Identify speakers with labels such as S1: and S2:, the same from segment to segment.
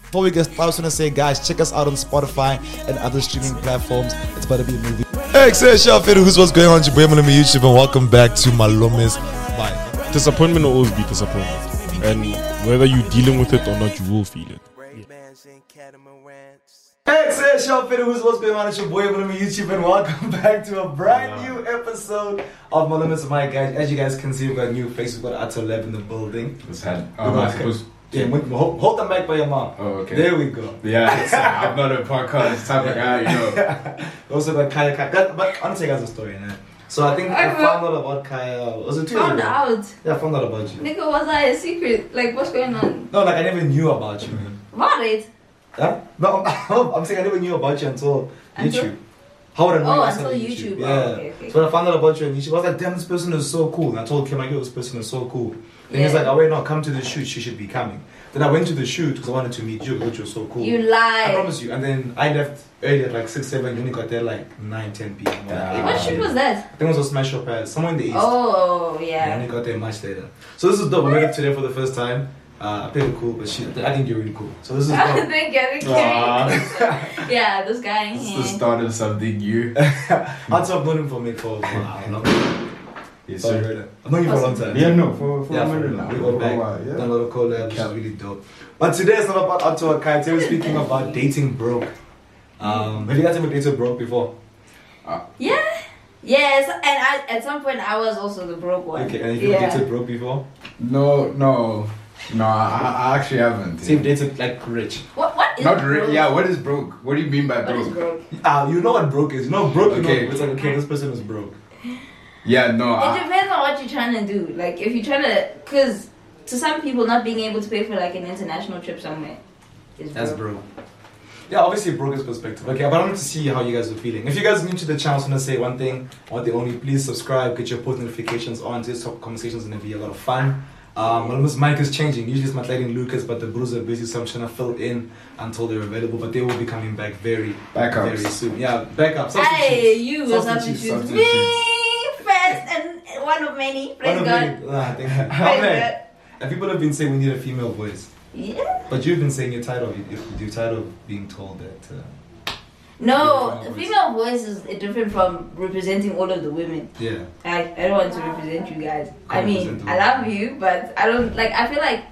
S1: Before we get started, I just want to say, guys, check us out on Spotify and other streaming platforms. It's about to be a movie. Hey, who's what's going on? It's your boy Malome YouTube, and welcome back to Malome's Vibe.
S2: Disappointment will always be disappointment. And whether you're dealing with it or not, you will feel it.
S3: Ray Bans and catamarans.
S1: Hey, it's Ed Shopfitter, who's what's going on? It's your boy Malumi YouTube, and welcome back to a brand new episode of Malumi's My Guys. As you guys can see, we've got new faces, we've got Ato Lab in the building.
S4: It's had.
S5: Oh,
S4: Um, I suppose.
S1: Yeah, we- we- hold, hold the mic by your mom.
S4: Oh, okay.
S1: There we go.
S4: Yeah,
S5: uh,
S4: it's, I'm not a podcast type of guy, you know.
S1: We also got Kaya Kaya. That- but I want to tell you guys a story, man. So I think I
S6: Okay.
S1: found out about Kaya. Was it two years
S6: Found
S1: ago?
S6: out.
S1: Yeah, I found out about you.
S6: Nigga, was I a secret? Like, what's going on?
S1: No, like I never knew about you, man.
S6: What it?
S1: Huh? No, I'm saying I never knew about you until
S6: Until-
S1: YouTube. How would I know
S6: Oh,
S1: you outside
S6: until
S1: of
S6: YouTube.
S1: Yeah.
S6: Oh, okay, okay.
S1: So when I found out about you on YouTube, I was like, damn, this person is so cool. And I told Kim, I go, this person is so cool. Then he's
S6: Yeah.
S1: like, oh, wait, no, come to the shoot. She should be coming. Then I went to the shoot because I wanted to meet you because you were so cool.
S6: You
S1: I
S6: lied.
S1: promise you. And then I left early at like 6, 7. You only got there like 9, 10 p.m. or like
S4: Damn.
S6: What
S1: 8.
S6: shoot was that?
S1: I think it was a Smash Up Pass, somewhere in the East.
S6: Oh,
S1: And I
S6: yeah.
S1: only got there much later. So this is dope. I met up today for the first time. Uh, I played it cool, but she, I think you're really cool. So this is dope.
S6: I think I think-
S4: Aw.
S6: Yeah, this guy in
S4: It's the
S6: here.
S4: start of something new.
S1: I'd say I've known him for me for, for I don't know.
S4: Yes,
S1: Sorry,
S4: sir.
S1: really. I've known you for a long time.
S5: Yeah, no, for, for
S1: Yeah,
S5: a
S1: for
S5: minute
S1: real.
S5: now.
S1: We go
S5: For
S1: back.
S5: a while, yeah.
S1: Done a lot of collabs, which is really dope. But today it's not about outdoor Kai. Today we're speaking about dating broke. Um, have you guys ever dated broke before?
S6: Yeah. Yes, and I, at some point I was also the broke one.
S1: Okay, and have you ever
S6: yeah.
S1: dated broke before?
S5: No, no, no, I, I actually haven't.
S1: So you've dated like rich.
S6: What, what is
S5: Not
S6: broke?
S5: really. Yeah, what is broke? What do you mean by
S6: What is
S5: broke?
S6: broke?
S1: Ah, you know what broke is. You know broke. You
S5: Okay.
S1: know, it's like okay, this person is broke.
S5: Yeah, no.
S6: It
S5: I,
S6: depends on what you're trying to do. Like, if you're trying to, because to some people, not being able to pay for like an international trip somewhere is
S1: That's
S6: broke.
S1: broke. Yeah, obviously broke is perspective. Okay, but I wanted to see how you guys were feeling. If you guys are new to the channel, I just want to say one thing or the only. Please subscribe, get your post notifications on. This top conversations is gonna be a lot of fun. Um, Malum's mic is changing. Usually it's my lighting Lucas, but the Blues are busy, so I'm trying to fill in until they're available. But they will be coming back very,
S5: Backups.
S1: very soon. Yeah, backup.
S6: Hey, you were
S5: Substitute,
S6: substitute.
S5: substitute.
S6: Me first and one of many.
S1: One
S6: Praise
S1: of
S6: God.
S1: many- Nah, thank you.
S6: Praise
S1: Oh, man.
S6: God.
S1: And people have been saying we need a female voice,
S6: Yeah.
S1: but you've been saying you're tired of it. You're tired of being told that. Uh,
S6: No,
S1: Female voice.
S6: female voice is different from representing all of the women.
S1: yeah.
S6: I, I don't want to represent you guys. I
S1: Can't
S6: mean,
S1: represent
S6: I love you, but I don't like. I feel like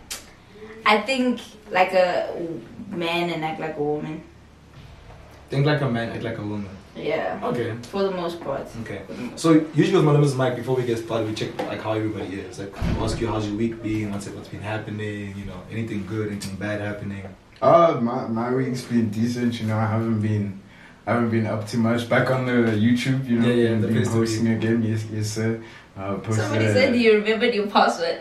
S6: I think like a man and act like a woman.
S1: Think like a man, act like a woman.
S6: Yeah,
S1: Okay.
S6: for the most part.
S1: Okay. So usually with Maluma's mic, before we get started, we check like how everybody is. Like ask you how's your week been, what's what's been happening, you know, anything good, anything bad happening.
S5: uh, my my week's been decent. You know, I haven't been, I haven't been up too much. Back on the YouTube, you know,
S1: Yeah, yeah,
S5: been-
S1: the
S5: been
S1: place to be.
S5: hosting again. Yes, yes, sir. Uh, posted,
S6: Somebody said you remembered your password.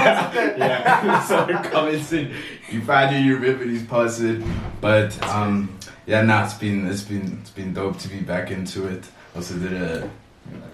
S5: yeah, sorry, comments in. You find it, you remember these password. But um, yeah, nah, it's been it's been it's been dope to be back into it. Also did a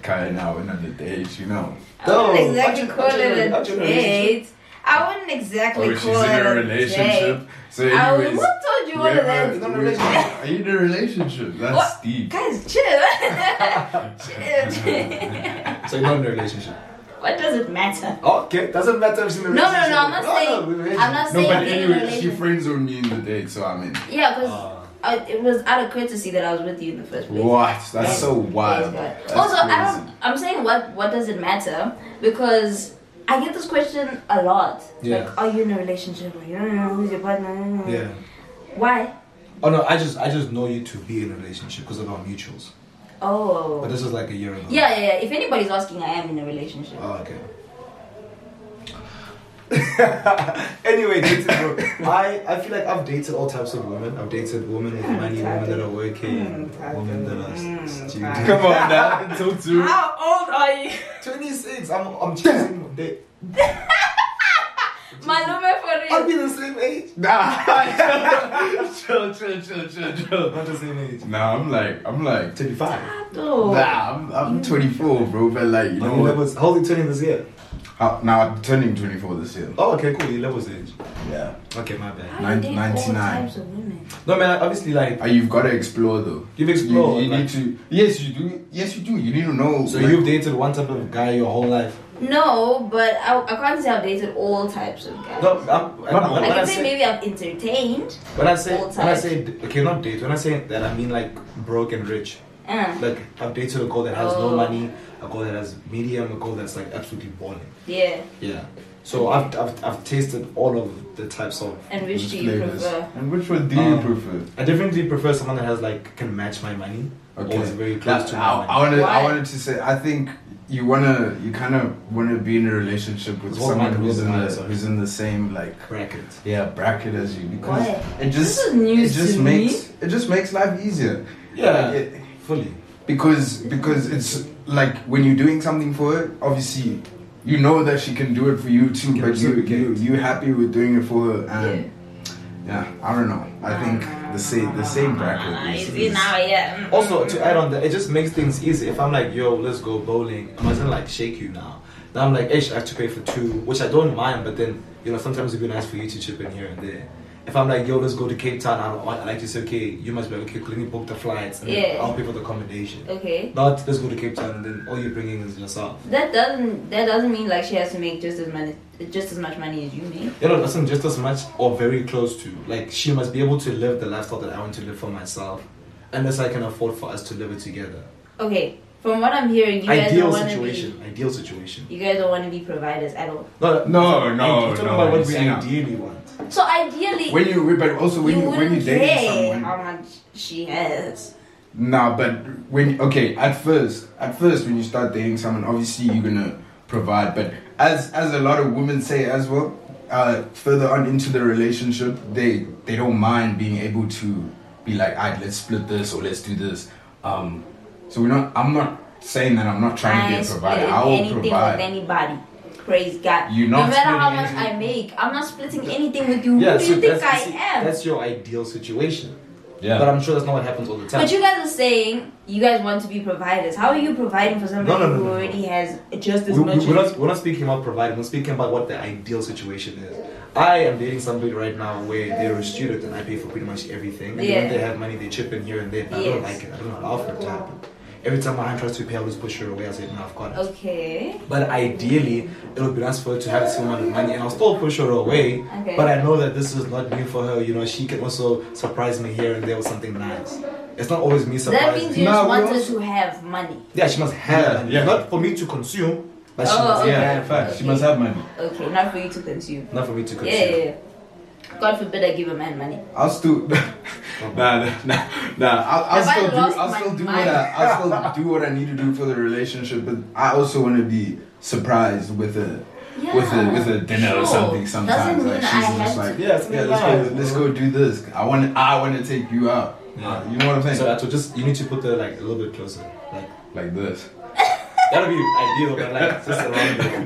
S5: kind of now went on the date, you know.
S6: I wouldn't
S1: No,
S6: exactly
S1: aren't you-
S6: call
S1: aren't you in
S6: it
S1: a-
S6: a
S1: aren't you in a relationship?
S6: date. I wouldn't exactly
S5: Oh, she's
S6: call
S5: in
S6: it
S5: a
S6: a
S5: relationship.
S6: date.
S5: So,
S6: I would,
S5: anyways,
S6: who told you all of
S5: wherever-
S6: that?
S1: Not a
S5: where-
S1: relationship.
S5: are you in a relationship? That's
S6: What?
S5: deep.
S6: Guys, chill. chill.
S1: So you're not in a relationship. Oh,
S6: what does it matter?
S1: Okay, doesn't matter if she's in a
S6: No, no, no,
S1: relationship. Oh,
S6: I'm not saying-
S1: we're
S6: I'm not
S5: No,
S6: saying
S5: but
S6: being in a
S5: anyway, she
S6: relationship.
S5: friend zoned me in the date, so I mean,
S6: Yeah, because
S1: Ah.
S6: it was out of courtesy that I was with you in the first place.
S5: what? That's so
S6: Praise
S5: wild.
S6: God.
S5: That's
S6: Also, I
S5: crazy.
S6: don't. I'm saying what what does it matter? Because I get this question a lot.
S1: Yeah.
S6: Like, are you in a relationship? Or, you don't know who's your partner?
S1: Yeah.
S6: Why?
S1: Oh no, I just I just know you to be in a relationship because of our mutuals.
S6: Oh.
S1: But this was like a year ago.
S6: Yeah, yeah, yeah. If anybody's asking, I am in a relationship.
S1: Oh, okay. anyway, dating bro. I, I feel like I've dated all types of women. I've dated women with money, women that are working, women that are s- students.
S5: Come on now, talk to me.
S6: How old are you?
S1: 26, I'm, I'm choosing. They,
S6: Malume for
S1: I'll
S6: real.
S1: be the same age.
S5: Nah, chill, chill, chill, chill, chill.
S1: Not the same age.
S5: Nah, I'm like, I'm like,
S1: 25.
S6: Oh.
S5: nah, I'm, I'm 24, bro. But like, you
S1: No,
S5: know
S1: your
S5: what?
S1: levels, how old are you turning this year?
S5: How, now I'm turning 24 this year.
S1: Oh, okay, cool. Your levels age.
S5: Yeah.
S1: Okay, my bad.
S6: How do you date all
S5: 99.
S6: types of women?
S1: No, man, obviously, like,
S5: Uh, you've got to explore though.
S1: You've explored,
S5: You, you
S1: like-
S5: need to. Yes, you do. Yes, you do. You need to know.
S1: so
S5: like-
S1: you've dated one type of guy your whole life.
S6: No, but I, I can't say I've dated all types of guys.
S1: No, I'm, when, I- when
S6: I
S1: I
S6: can say
S1: say
S6: maybe I've entertained.
S1: when I say
S6: old
S1: when I
S6: type.
S1: say d- okay, not date. When I say that, I mean like broke and rich.
S6: Uh,
S1: Like I've dated a girl that has no
S6: Oh.
S1: money, a girl that has medium, a girl that's like absolutely balling.
S6: yeah.
S1: Yeah. So I've, I've I've tasted all of the types of.
S6: And which do you
S5: flavors.
S6: prefer?
S5: And which one do
S1: Um,
S5: you prefer?
S1: I definitely prefer someone that has like can match my money or is very close
S5: That-
S1: to
S5: I,
S1: my
S5: I
S1: money.
S5: wanted. I
S6: Why?
S5: wanted to say. I think you wanna. You kind of wanna be in a relationship with
S1: It's what
S5: someone
S1: mine
S5: who's
S1: was
S5: in
S1: mine,
S5: the
S1: sorry.
S5: who's in the same like
S1: bracket.
S5: yeah bracket as you because
S6: Why?
S5: it just
S6: This is news
S5: it just
S6: to
S5: makes it just makes life easier.
S1: Yeah.
S5: Like, it-
S1: Fully.
S5: because because it's like when you're doing something for her, obviously you know that she can do it for you too,
S1: Can
S5: but you you
S1: reciprocate.
S5: you happy with doing it for her and yeah, I don't know. I think the same the same
S6: Ah,
S5: bracket.
S6: you
S5: Is,
S6: see
S5: is,
S6: now, yeah. Mm,
S1: Also,
S6: mm,
S1: to
S6: mm.
S1: add on that, it just makes things easy. If I'm like, yo, let's go bowling, I mustn't like shake you now. Now I'm like, ish, I have to pay for two, which I don't mind, but then, you know, sometimes it'd be nice for you to chip in here and there. If I'm like, yo, let's go to Cape Town, I don't want, I like to say, okay, you must be like, okay, let me book the flights and then
S6: Yeah.
S1: I'll pay for the accommodation.
S6: Okay.
S1: Not, let's go to Cape Town and then all you're bringing is yourself.
S6: That doesn't that doesn't mean like she has to make just as money just as much money as you make.
S1: You know, doesn't just as much or very close to. Like, she must be able to live the lifestyle that I want to live for myself, unless I can afford for us to live it together.
S6: Okay. From what I'm hearing, you guys
S1: ideal
S6: don't want to
S1: situation,
S6: be
S1: ideal situation.
S6: you guys don't want to be providers at all.
S1: No,
S5: No, no,
S1: We're talking
S5: no,
S1: about
S5: you
S1: what we
S5: see now.
S1: ideally want.
S6: So ideally,
S5: when you but also when you,
S6: you
S5: when you
S6: wouldn't
S5: date
S6: care
S5: someone
S6: how much she has.
S5: Nah, but when okay, at first, at first when you start dating someone, obviously you're gonna provide. But as as a lot of women say as well, uh, further on into the relationship, they they don't mind being able to be like, alright, let's split this or let's do this. Um, so we're not. I'm not saying that I'm not trying to
S6: ain't
S5: be a provider.
S6: splitting
S5: I will
S6: anything with
S5: provide.
S6: anybody. Praise God.
S5: You're
S6: no
S5: not
S6: matter how
S5: splitting
S6: much I
S5: anything.
S6: make, I'm not splitting anything with you. Who do
S1: so
S6: you think I
S1: that's, you see,
S6: am?
S1: That's your ideal situation.
S5: Yeah.
S1: But I'm sure that's not what happens all the time.
S6: But you guys are saying you guys want to be providers. How are you providing for somebody
S1: No, no, no,
S6: who
S1: no, no.
S6: already has just as
S1: we,
S6: much?
S1: we, are
S6: as
S1: not, we're not speaking about providing, we're speaking about what the ideal situation is. I am dating somebody right now where they're a student and I pay for pretty much everything. And
S6: Yeah.
S1: when they have money, they chip in here and there. But I don't
S6: Yes.
S1: like it. I don't know how to offer it to happen. Every time my hand tries to pay, I always push her away. I say, no, I've got it.
S6: okay.
S1: But ideally, it would be nice for her to have some amount of money, and I'll still push her away.
S6: Okay.
S1: But I know that this is not new for her. You know, she can also surprise me here and there with something nice. It's not always me surprising.
S6: That means you
S5: No,
S6: just
S5: we
S6: wanted
S5: also-
S6: to have money.
S1: yeah, she must have.
S5: Yeah, yeah.
S1: Not for me to consume, but she
S6: Oh,
S1: must
S6: okay.
S1: have.
S5: yeah, in fact, she must have money.
S6: Okay, not for you to consume.
S1: Not for me to consume.
S6: Yeah, yeah, yeah. God forbid I give a man money.
S5: I'll still nah,
S1: Uh-huh.
S5: nah, nah, nah. I'll, I'll
S6: Have I
S5: still do.
S6: lost
S5: I'll
S6: my
S5: still do what
S6: mind?
S5: I. I'll still do what I need to do for the relationship. But I also want to be surprised with a
S6: Yeah,
S5: with a with a dinner or
S6: sure.
S5: something. Sometimes
S6: Doesn't
S5: like
S6: mean
S5: she's
S6: I
S5: just
S6: have
S5: like,
S6: to-
S1: Yeah,
S5: yeah, let's go. Let's go do this. I want. I want to take you out. Uh,
S1: Yeah.
S5: You know what I'm saying?
S1: So that's what just you need to put her like a little bit closer. Like
S5: like this.
S1: that'll be ideal, but like just around you.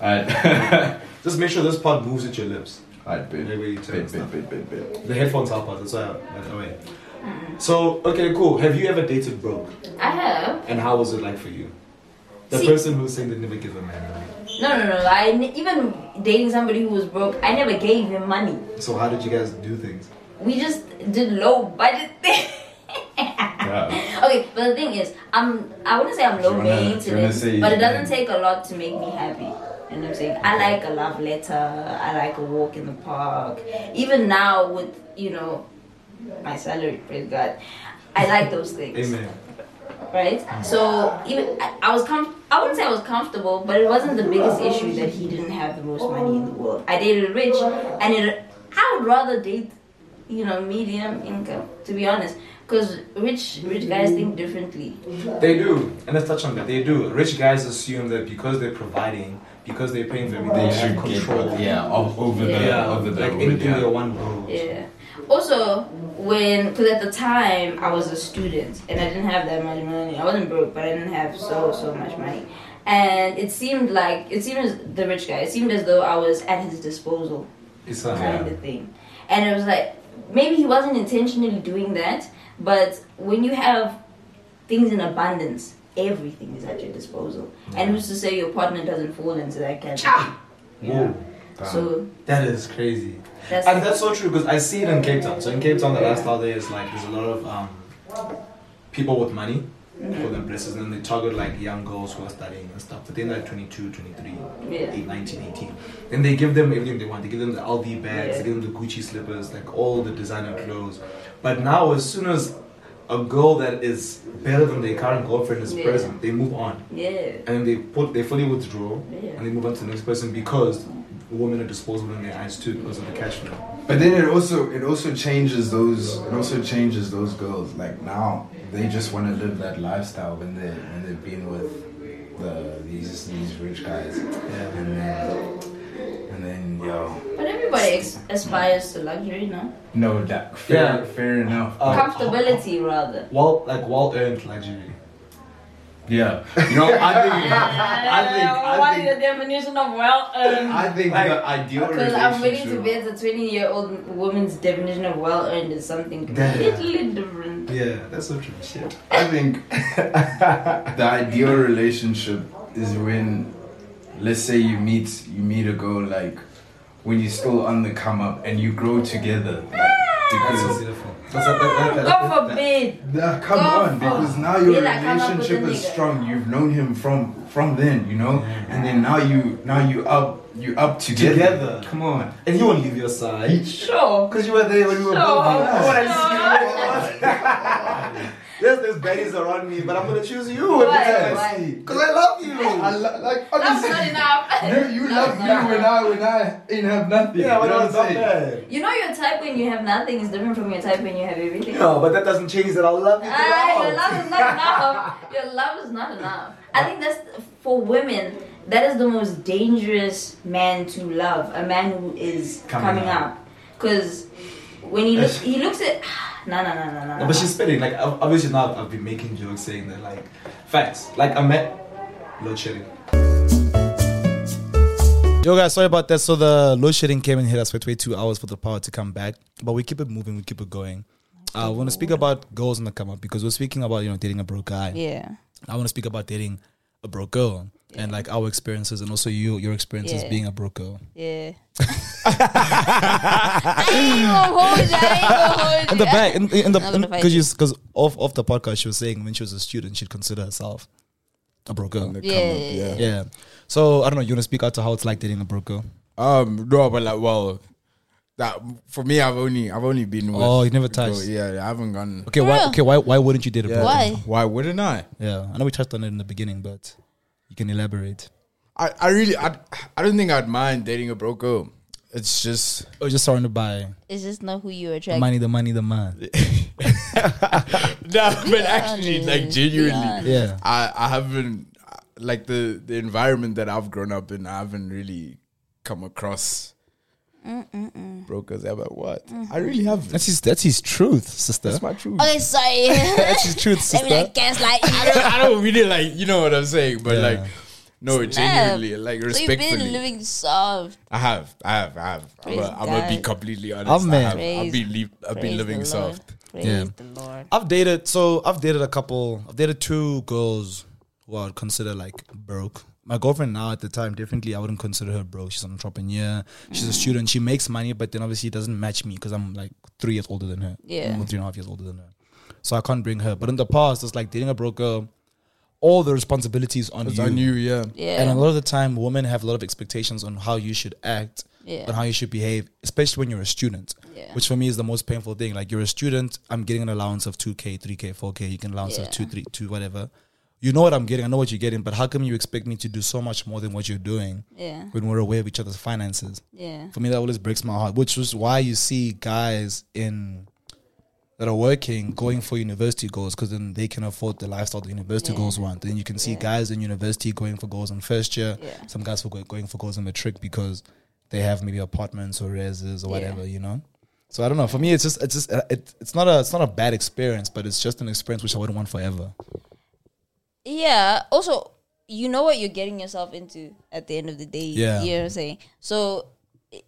S5: Alright.
S1: Just make sure this part moves at your lips.
S5: Alright, bit,
S1: Maybe you
S5: bit,
S1: tell us
S5: bit,
S1: now.
S5: bit, bit, bit.
S1: The headphones help out. That's why. I went away. So okay, cool. Have you ever dated broke?
S6: I have.
S1: And how was it like for you? The
S6: See-
S1: person who's saying they never give a man money.
S6: No, no, no. I n- even dating somebody who was broke, I never gave him money.
S1: So how did you guys do things?
S6: We just did low budget things.
S5: Yeah.
S6: Okay, but the thing is, I'm I wouldn't say I'm
S5: You
S6: low
S5: wanna- you wanna
S6: maintenance,
S5: say-
S6: but it doesn't take a lot to make me happy. You know what I'm saying? I like a love letter. I like a walk in the park. Even now with you know my salary, praise God, I like those things.
S1: Amen.
S6: Right? So even I, I was com- I wouldn't say I was comfortable, but it wasn't the biggest issue that he didn't have the most money in the world. I dated rich, and it I would rather date you know medium income to be honest. Because rich rich guys think differently.
S1: They do, and let's touch on that. They do. Rich guys assume that because they're providing, because they're paying for everything,
S5: They
S1: they have
S5: should get
S1: control.
S5: yeah o- over the
S1: Yeah,
S5: over the
S1: like
S5: over
S1: anything
S5: the-
S1: they want. bro.
S6: Yeah. Also, when because at the time I was a student and I didn't have that much money. I wasn't broke, but I didn't have so so much money. And it seemed like it seemed as the rich guy. It seemed as though I was at his disposal,
S1: It's not.
S6: kind of thing. And it was like maybe he wasn't intentionally doing that, but when you have things in abundance, everything is at your disposal. And who's to say your partner doesn't fall into that category?
S1: Whoa,
S6: So
S1: that is crazy.
S6: that's
S1: And that's so true because I see it in Cape Town. So in Cape Town, the lifestyle there is like there's a lot of um, people with money for their blessings, and then they target like young girls who are studying and stuff. But then they're 22, 23,
S6: Yeah.
S1: 8, 19, 18. Then they give them everything they want. They give them the LV bags,
S6: Yeah.
S1: they give them the Gucci slippers, like all the designer clothes. But now, as soon as a girl that is better than their current girlfriend is
S6: Yeah.
S1: present, they move on
S6: Yeah.
S1: and they put they fully withdraw
S6: Yeah.
S1: and they move on to the next person because women are disposable in their eyes too because of the cash flow.
S5: But then it also it also changes those it also changes those girls. Like now they just want to live that lifestyle when they when they've been with the these these rich guys. And then and then yo
S6: But everybody ex- aspires to luxury, no?
S5: no that fair
S1: Yeah.
S5: fair enough.
S1: Uh,
S6: Comfortability, rather.
S1: Well, like well earned luxury.
S5: yeah, you know I think I think I
S6: what
S5: think
S6: is the definition of well earned?
S5: I think
S1: Like,
S5: the ideal
S6: Because
S5: relationship.
S6: I'm willing to bet the 20 year old woman's definition of well earned is something
S1: Yeah.
S6: completely different.
S1: Yeah, that's so true. Shit.
S5: I think the ideal relationship is when, let's say, you meet you meet a girl like when you're still on the come up and you grow together. Like,
S1: That's so
S5: because
S1: beautiful. That's that, that, that, that,
S6: God forbid!
S5: Nah, come
S6: Go
S5: on,
S6: for-
S5: because now your
S6: Yeah, like, come up with
S5: relationship
S6: a
S5: is
S6: nigga.
S5: strong. You've known him from from then, you know, and then now you now you up you up together.
S1: Together.
S5: Come on.
S1: and he won't leave your side.
S6: Sure!
S1: Because you were there when we were building.
S6: Sure!
S1: Yes, there's baddies around me, but I'm gonna choose you.
S6: Why? Why?
S1: Because I love you.
S5: I lo- like
S6: That's
S5: honestly,
S6: not enough!
S5: you, you
S6: That's
S5: love me
S6: not
S5: when
S6: enough.
S5: I when I ain't have nothing.
S1: yeah,
S5: you
S1: when
S5: know
S1: I
S5: what
S1: was
S5: I'm
S1: up
S5: saying?
S1: there.
S6: You know your type when you have nothing is different from your type when you have everything.
S1: No, but that doesn't change that I love you.
S6: Ah, your
S1: throughout.
S6: love is not enough. Your love is not enough. I think that's for women. That is the most dangerous man to love. A man who is
S1: Coming
S6: coming,
S1: up.
S6: up, because when he looks,
S1: Yes.
S6: he looks at. No, no, no, no, no.
S1: No, but she's spitting. Like ob- obviously now I've been making jokes saying that like facts. Like I met load shedding. Yo guys, sorry about that. So the load shedding came and hit us for 22 hours for the power to come back, but we keep it moving, we keep it going. I want to speak about girls on the come up because we're speaking about you know dating a broke guy.
S6: yeah,
S1: I want to speak about dating a broke girl and like our experiences and also you your experiences
S6: Yeah.
S1: being a broke girl.
S6: yeah. I ain't gonna hold you. I ain't gonna hold
S1: in the back, in, in
S6: I'm gonna
S1: the
S6: fight
S1: because because off off the podcast, she was saying when she was a student, she'd consider herself a broke girl.
S7: Come up,
S6: Yeah.
S7: yeah.
S1: Yeah. So I don't know. You want to speak out to how it's like dating a broke girl?
S7: Um, no, but like, well, that for me, I've only, I've only been. With
S1: Oh, you never
S7: girl-
S1: touched.
S7: Yeah, I haven't gone.
S1: Okay.
S6: For
S1: Why?
S6: real?
S1: Okay. Why? Why wouldn't you date a broke? girl?
S6: Why?
S7: Why wouldn't I?
S1: Yeah. I know we touched on it in the beginning, but you can elaborate.
S7: I, I really, I, I don't think I'd mind dating a broke girl. It's just,
S1: Or just surrounded by
S6: It's just not who you
S1: the
S6: attract.
S1: money, the money, the man.
S7: no, but actually, like
S6: honest,
S7: genuinely,
S6: be
S1: Yeah.
S7: I, I haven't, like the the environment that I've grown up in, I haven't really come across brokers. I'm like, what? I really haven't.
S1: That's his. That's his truth, sister.
S7: That's my truth.
S6: Okay, sorry.
S1: That's his truth,
S6: Let me
S1: sister.
S6: not gaslight you.
S7: I don't, I don't really like, you know what I'm saying, but like, no, genuinely, like
S6: So you've been
S7: respectfully,
S6: living soft.
S7: I have, I have, I have. I'm
S6: Praise
S7: gonna- I'm gonna be
S6: God.
S7: completely honest.
S1: Amen.
S7: I have,
S6: Praise-
S7: I've been, li- I've been
S6: Praise
S7: living
S6: the Lord.
S7: soft.
S6: Praise
S1: Yeah.
S6: the Lord.
S1: I've dated. So I've dated a couple. I've dated two girls who I would consider like broke. My girlfriend now at the time, definitely I wouldn't consider her broke. She's an entrepreneur. She's a student. She makes money, but then obviously it doesn't match me because I'm like three years older than her.
S6: Yeah.
S1: I'm three and a half years older than her. So I can't bring her. But in the past, it's like dating a broke girl, all the responsibilities on
S7: It's
S1: you.
S7: on you, yeah.
S6: Yeah.
S1: And a lot of the time, women have a lot of expectations on how you should act
S6: Yeah.
S1: and how you should behave, especially when you're a student,
S6: Yeah.
S1: which for me is the most painful thing. Like, you're a student, I'm getting an allowance of 2K, 3K, 4K, you can allowance of
S6: Yeah.
S1: 2, 3, 2, whatever. You know what I'm getting, I know what you're getting, but how come you expect me to do so much more than what you're doing
S6: Yeah.
S1: when we're aware of each other's finances?
S6: Yeah.
S1: For me, that always breaks my heart, which is why you see guys in that are working going for university goals because then they can afford the lifestyle the university goals want. Then you can see guys in university going for goals in first year.
S6: Yeah.
S1: Some guys for go- going for goals in the trick because they have maybe apartments or reses or whatever, you know. So I don't know. For me, it's just it's just uh, it, it's not a it's not a bad experience, but it's just an experience which I wouldn't want forever.
S8: Yeah. Also, you know what you're getting yourself into at the end of the day.
S1: Yeah.
S8: You know what I'm saying? So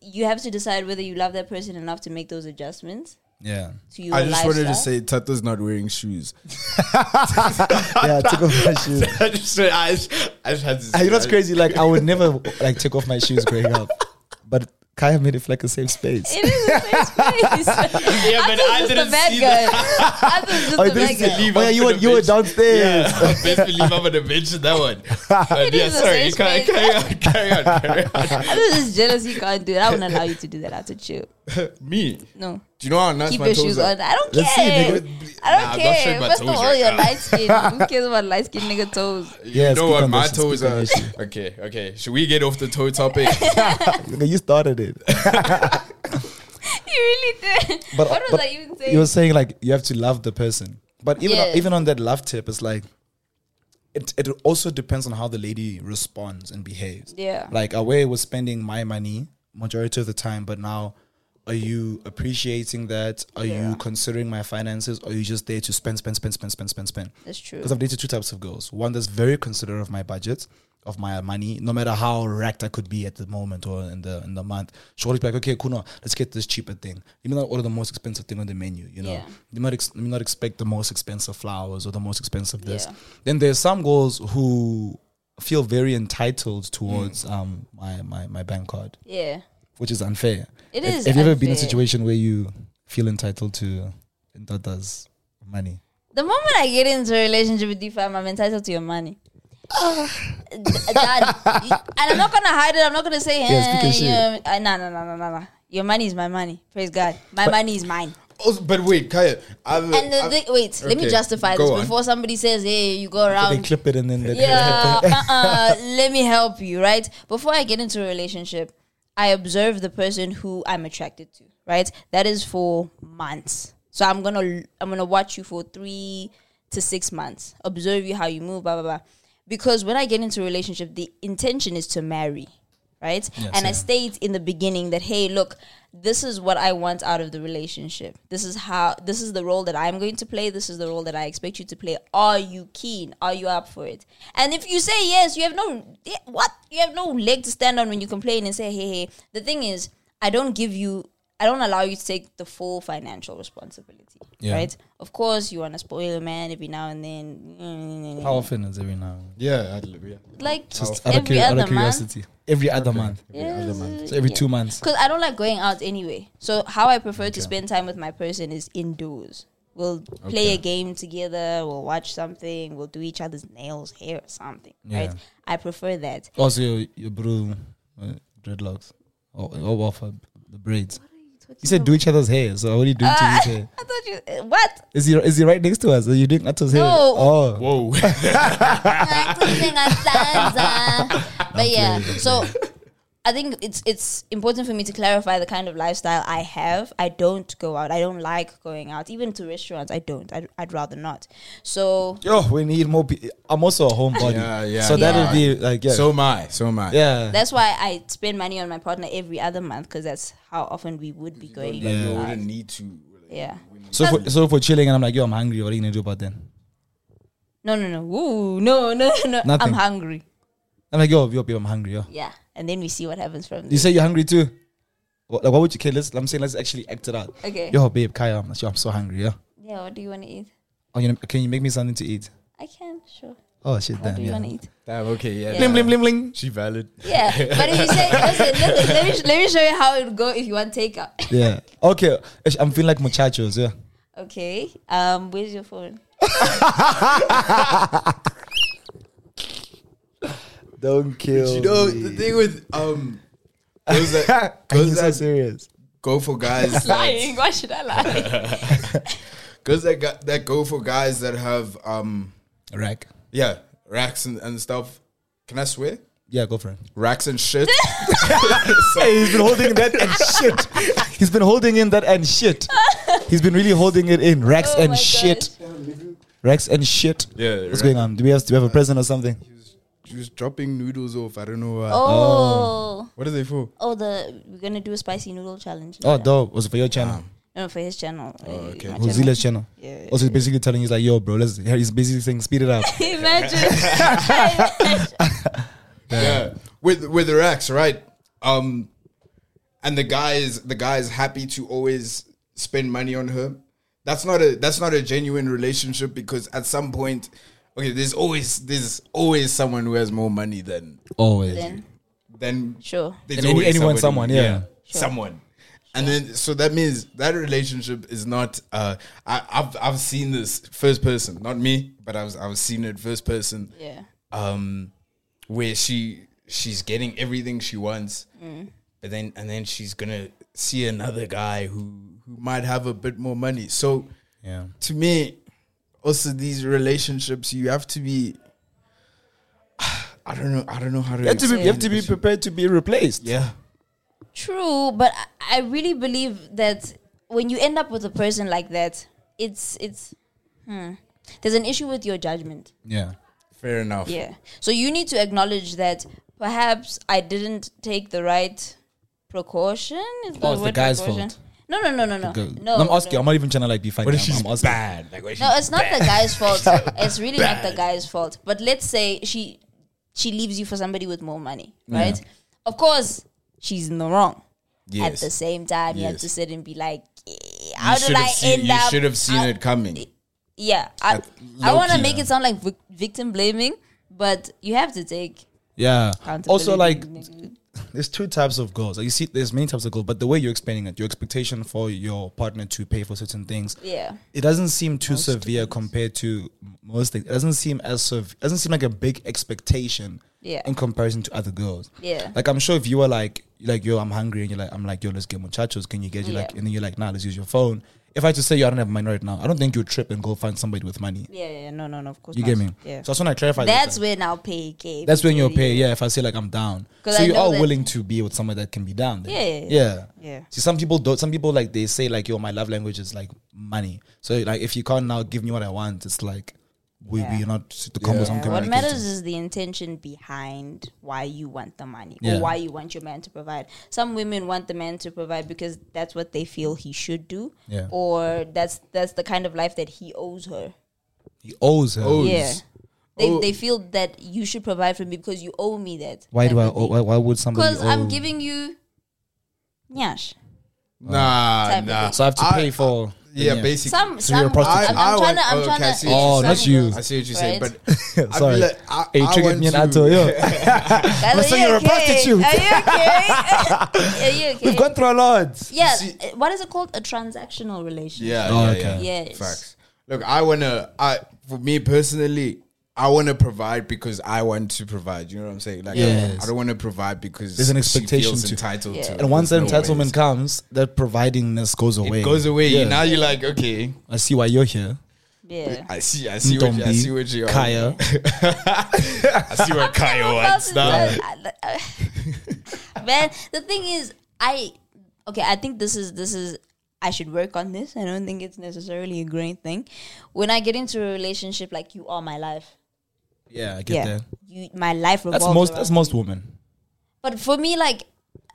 S8: you have to decide whether you love that person enough to make those adjustments
S1: Yeah,
S8: to your
S7: I just wanted to
S8: lifestyle.
S7: say Tata's not wearing shoes.
S1: yeah. I took off my shoes.
S7: I just, I just, I just had to say
S1: You
S7: that.
S1: know what's crazy? Like I would never like take off my shoes growing up, but Kaya made it feel like a safe space.
S6: It is the same space.
S5: Yeah, but I
S6: just
S5: didn't
S6: the bad
S5: see
S6: guy. I was just
S1: Oh,
S6: the bad
S1: this
S6: guy.
S1: is- oh, yeah, you were, you were downstairs.
S5: Yeah, I best believe I'm gonna mention that one. But
S6: It
S5: yeah,
S6: is a
S5: sorry,
S6: safe
S5: carry,
S6: space.
S5: carry on, carry on, carry on.
S6: I was just jealous you can't do it. I wouldn't allow you to do that. I have to chill.
S1: Me.
S6: No.
S1: Do you know how nice
S6: Keep
S1: my
S6: your
S1: toes
S6: shoes
S1: are?
S6: on. I don't
S1: Let's see,
S6: care.
S1: nigga.
S5: Nah,
S6: I don't
S5: I'm not
S6: care.
S5: showing my
S6: First of
S5: toes
S6: all,
S5: right
S6: you're
S5: now.
S6: light skinned. Who cares about light skinned nigga toes?
S1: Yes,
S5: you know
S1: keep
S5: what?
S1: on
S5: My
S1: that shit, keep
S5: toes
S1: on
S5: are
S1: that shit.
S5: okay. Okay, should we get off the toe topic?
S1: Nigga, you started it.
S6: You really did.
S1: But,
S6: what was
S1: but
S6: I even saying?
S1: You were saying like you have to love the person, but even
S6: Yeah.
S1: even on that love tip, it's like it it also depends on how the lady responds and behaves.
S6: Yeah.
S1: like away was spending my money majority of the time, but now. Are you appreciating that? Are you considering my finances? Or are you just there to spend, spend, spend, spend, spend, spend, spend?
S6: That's true.
S1: Because I've dated two types of girls. One that's very considerate of my budget, of my money, no matter how racked I could be at the moment or in the in the month. She'll always be like, okay, Kuno, let's get this cheaper thing. Let me not order the most expensive thing on the menu, you know.
S6: Yeah.
S1: Let, me not ex- let me not expect the most expensive flowers or the most expensive this.
S6: Yeah.
S1: Then there's some girls who feel very entitled towards
S6: Mm.
S1: um my, my, my bank card,
S6: Yeah.
S1: which is unfair.
S6: It
S1: Have-
S6: is
S1: Have you ever been in a
S6: unfair.
S1: situation where you feel entitled to Ntata's money?
S6: The moment I get into a relationship with you, fam, I'm entitled to your money. D- Done. and I'm not gonna hide it. I'm not gonna say,
S1: Yeah, speaking
S6: eh,
S1: shit.
S6: yeah, uh, nah, nah, nah, nah, nah, nah. Your money is my money. Praise God. My money is mine.
S1: Oh, but wait, Kaya, I've,
S6: And the thing, wait, let me
S1: okay,
S6: justify
S1: go
S6: this
S1: on.
S6: before somebody says, hey, you go
S1: they
S6: around.
S1: clip it and then they
S6: Um, Yeah, uh-uh, let me help you, right? Before I get into a relationship, I observe the person who I'm attracted to, right? That is for months. So I'm gonna I'm gonna watch you for three to six months, observe you how you move, blah blah blah. Because when I get into a relationship, the intention is to marry, right? and I
S1: yeah.
S6: state in the beginning that hey, look, this is what I want out of the relationship. This is how this is the role that I'm going to play. This is the role that I expect you to play. Are you keen? Are you up for it? And if you say yes, you have no yeah, what? You have no leg to stand on when you complain and say hey, hey. The thing is, I don't give you I don't allow you to take the full financial responsibility,
S1: Yeah.
S6: right? Of course, you want to spoil a man every now and then.
S1: How often is every now? and then?
S5: yeah, I'd love- yeah.
S6: Like
S1: Just out of,
S6: every
S1: curi- out
S6: other
S1: of
S6: month.
S1: curiosity. Every other month.
S6: Yes,
S1: So every
S6: yeah.
S1: two months.
S6: Because I don't like going out anyway. So how I prefer to spend time with my person is indoors. We'll play a game together. We'll watch something. We'll do each other's nails, hair, or something. Right?
S1: Yeah.
S6: I prefer that.
S1: Also, your, your bro uh, dreadlocks. Oh, oh, off her, the braids. You said do each other's hair. So what are you doing to his hair?
S6: Ah, I thought you eh, what?
S1: Is he is he right next to us? Are you doing Ato's hair?
S6: No.
S1: Oh,
S5: Whoa.
S6: Like something I stanza. but yeah, so I think it's it's important for me to clarify the kind of lifestyle I have. I don't go out. I don't like going out, even to restaurants. I don't. I'd, I'd rather not. So
S1: yo, we need more. Pe- I'm also a homebody.
S5: Yeah, yeah,
S1: So that
S6: yeah.
S1: will be like yeah.
S5: So am I. So am I.
S1: yeah.
S6: That's why I spend money on my partner every other month because that's how often we would be going.
S5: You
S6: Yeah.
S5: wouldn't need to.
S6: yeah.
S1: so for, so for chilling and I'm like yo, I'm hungry. What are you gonna do about then?
S6: No, no, no. Ooh, no, no, no.
S1: Nothing.
S6: I'm hungry.
S1: I'm like yo, yo, babe, I'm hungry. Yo.
S6: Yeah. And then we see what happens from
S1: You
S6: there.
S1: say you're hungry too. What, like, what would you care? Let's. I'm saying let's actually act it out.
S6: Okay.
S1: Yo, babe, Kaya, I'm, I'm so hungry. Yeah.
S6: Yeah. What do you want to eat?
S1: Oh, you know, can you make me something to eat?
S6: I can. Sure.
S1: Oh shit,
S6: What
S1: damn.
S6: do you
S1: yeah.
S6: want to eat?
S5: Damn. Okay. Yeah.
S6: Blim, blim,
S5: bling. She valid.
S6: Yeah. But if you say, listen, listen, let me sh- let me show you how it would go if you want takeout.
S1: Yeah. Okay. ish, I'm feeling like muchachos. Yeah.
S6: Okay. Um. Where's your phone?
S1: Don't kill.
S2: You know, the thing with um those that
S1: Are you
S2: those
S1: so
S2: that
S1: serious?
S2: go for guys
S6: Lying. Why should I lie?
S2: girls that got, that go for guys that have um
S1: Rack.
S2: yeah, racks and, and stuff. Can I swear?
S1: Yeah, go for it.
S2: Racks and shit.
S1: Hey, he's been holding that and shit. He's been holding in that and shit. He's been really holding it in. Racks
S6: Oh
S1: and
S6: my
S1: shit. Racks and shit.
S2: Yeah,
S1: What's going on? Do we have do we have a present or something?
S2: She was dropping noodles off. I don't know why.
S6: Oh.
S2: What are they for?
S6: Oh, the we're gonna do a spicy noodle challenge.
S1: Oh, dope. Was it for your channel?
S6: No, for his channel. Oh, okay.
S1: Huzila's channel.
S6: Yeah.
S1: Also, he's basically telling you like, yo, bro, let's. He's basically saying, speed it up.
S6: Imagine.
S2: yeah with with her ex right um and the guy is the guy is happy to always spend money on her that's not a that's not a genuine relationship because at some point okay there's always there's always someone who has more money than
S1: Always.
S6: then
S2: than
S6: sure.
S2: there's
S1: And any-
S2: always
S1: anyone,
S2: somebody-
S1: someone, yeah.
S5: someone. And then, so that means that relationship is not. Uh, I, I've I've seen this first person, not me, but I was I was seeing it first person.
S6: Yeah.
S5: um, where she she's getting everything she wants,
S6: Mm.
S5: but then and then she's gonna see another guy who who might have a bit more money. So
S1: Yeah.
S5: to me, also these relationships, you have to be. I don't know. I don't know how to.
S1: You have to be, you have to be prepared to be replaced.
S5: yeah.
S6: True, but I, I really believe that when you end up with a person like that, it's it's hmm, there's an issue with your judgment.
S1: Yeah.
S5: Fair enough.
S6: Yeah. So you need to acknowledge that perhaps I didn't take the right precaution. Is
S1: Oh, it's the
S6: word
S1: guy's
S6: precaution?
S1: fault.
S6: No, no, no, no, no.
S1: Good.
S6: No,
S1: I'm asking.
S6: no.
S1: I'm not even trying to like be funny.
S5: What if
S1: I'm-
S5: she's
S1: I'm asking.
S5: bad? Like, what if
S6: No,
S5: she's
S6: it's not the guy's fault. it's really not the guy's fault. But let's say she she leaves you for somebody with more money, right? Of course, she's in the wrong. At
S5: Yes.
S6: the same time, you have
S5: Yes.
S6: to sit and be like, "Eh,
S5: You
S6: how did
S5: should have
S6: I
S5: seen-
S6: end up?
S5: You should have seen
S6: I-
S5: it coming.
S1: Oh.
S6: Yeah, I,
S5: At
S6: I
S5: low
S6: want to
S5: key.
S6: make it sound like vic- victim blaming, but you have to take
S1: Yeah. Also, like,
S6: accountability.
S1: there's two types of goals. Like you see, there's many types of goals, but the way you're explaining it, your expectation for your partner to pay for certain things,
S6: yeah,
S1: it doesn't seem too severe compared to m- most things. It doesn't seem as sev- it doesn't seem like a big expectation
S6: Yeah.
S1: in comparison to other girls.
S6: Yeah.
S1: Like I'm sure if you were like like yo, I'm hungry and you're like I'm like, yo, let's get muchachos, can you get you
S6: Yeah.
S1: like and then you're like, nah, let's use your phone. If I just say yo, I don't have mine right now, I don't think you'll trip and go find somebody with money.
S6: yeah, yeah, no, no, no, of course.
S1: You
S6: not.
S1: get me?
S6: Yeah,
S1: So I just want to clarify that,
S6: that's
S1: like-
S6: when I'll pay. Okay,
S1: that's when you'll
S6: because-
S1: pay. Yeah, if I say like I'm down,
S6: 'Cause
S1: so
S6: I
S1: you
S6: know
S1: are
S6: that-
S1: willing to be with someone that can be down. Then.
S6: Yeah, yeah,
S1: yeah.
S6: Yeah.
S1: See, some people don't. Some people like they say like, "Yo, my love language is like money." So like, if you can't now give me what I want, it's like we
S6: Yeah.
S1: we're not the combos
S6: Yeah,
S1: not
S6: what
S1: communicating.
S6: matters is the intention behind why you want the money
S1: Yeah.
S6: or why you want your man to provide. Some women want the man to provide because that's what they feel he should do,
S1: Yeah.
S6: or that's that's the kind of life that he owes her.
S1: He owes her.
S5: Owes.
S6: Yeah, they,
S5: Oh.
S6: they feel that you should provide for me because you owe me that.
S1: Why do I? Owe, why, why would somebody?
S6: Because I'm
S1: owe-
S6: giving you, nyash.
S5: Nah,
S6: Type of
S5: nah.
S6: thing.
S1: So I have to
S5: I-
S1: pay for.
S5: yeah,
S1: then,
S5: basically.
S6: Some
S1: So you're a
S6: some.
S1: prostitute.
S6: I'm, I'm trying to. I'm
S5: okay,
S6: trying
S5: I
S6: to.
S5: see what
S1: Oh,
S5: you're
S1: not
S5: saying.
S1: you.
S5: I see what you're saying,
S6: Right?
S5: but I feel
S1: Sorry.
S5: like I,
S1: Hey, you
S5: I
S1: triggered
S5: want
S1: me oh, an
S5: to-
S1: answer. Yeah.
S6: Guys,
S1: Let's
S6: are
S1: say
S6: you
S1: you're a
S6: okay?
S1: prostitute.
S6: Are you okay? are you okay?
S1: We've gone through a lot.
S6: Yeah,
S5: See-
S6: uh, what is it called? A transactional relationship.
S5: Yeah.
S1: Oh,
S5: yeah,
S1: okay.
S5: yeah.
S6: Yes.
S5: Facts. Look, I wanna. I for me personally, I wanna provide because I want to provide. You know what I'm saying? Like, I-
S1: Yes.
S5: I, don't want to provide because
S1: There's an
S5: she
S1: expectation
S5: feels
S1: to-
S5: entitled
S6: Yeah.
S5: to.
S1: And once that
S5: There's no
S1: entitlement
S5: ways.
S1: comes, that providingness goes away.
S5: it goes away.
S1: Yeah.
S5: Now you're like, okay,
S1: I see why you're here.
S6: Yeah.
S5: I see, I see what, you- I
S1: Ntombi,
S5: see what you,
S1: Kaya.
S5: I see what Kaya wants. now.
S6: Man, the thing is, I okay. I think this is this is. I should work on this. I don't think it's necessarily a great thing. When I get into a relationship, like you are my life.
S1: Yeah, I get that.
S6: you my life revolves.
S1: That's most.
S6: around
S1: That's
S6: you.
S1: most women.
S6: But for me, like,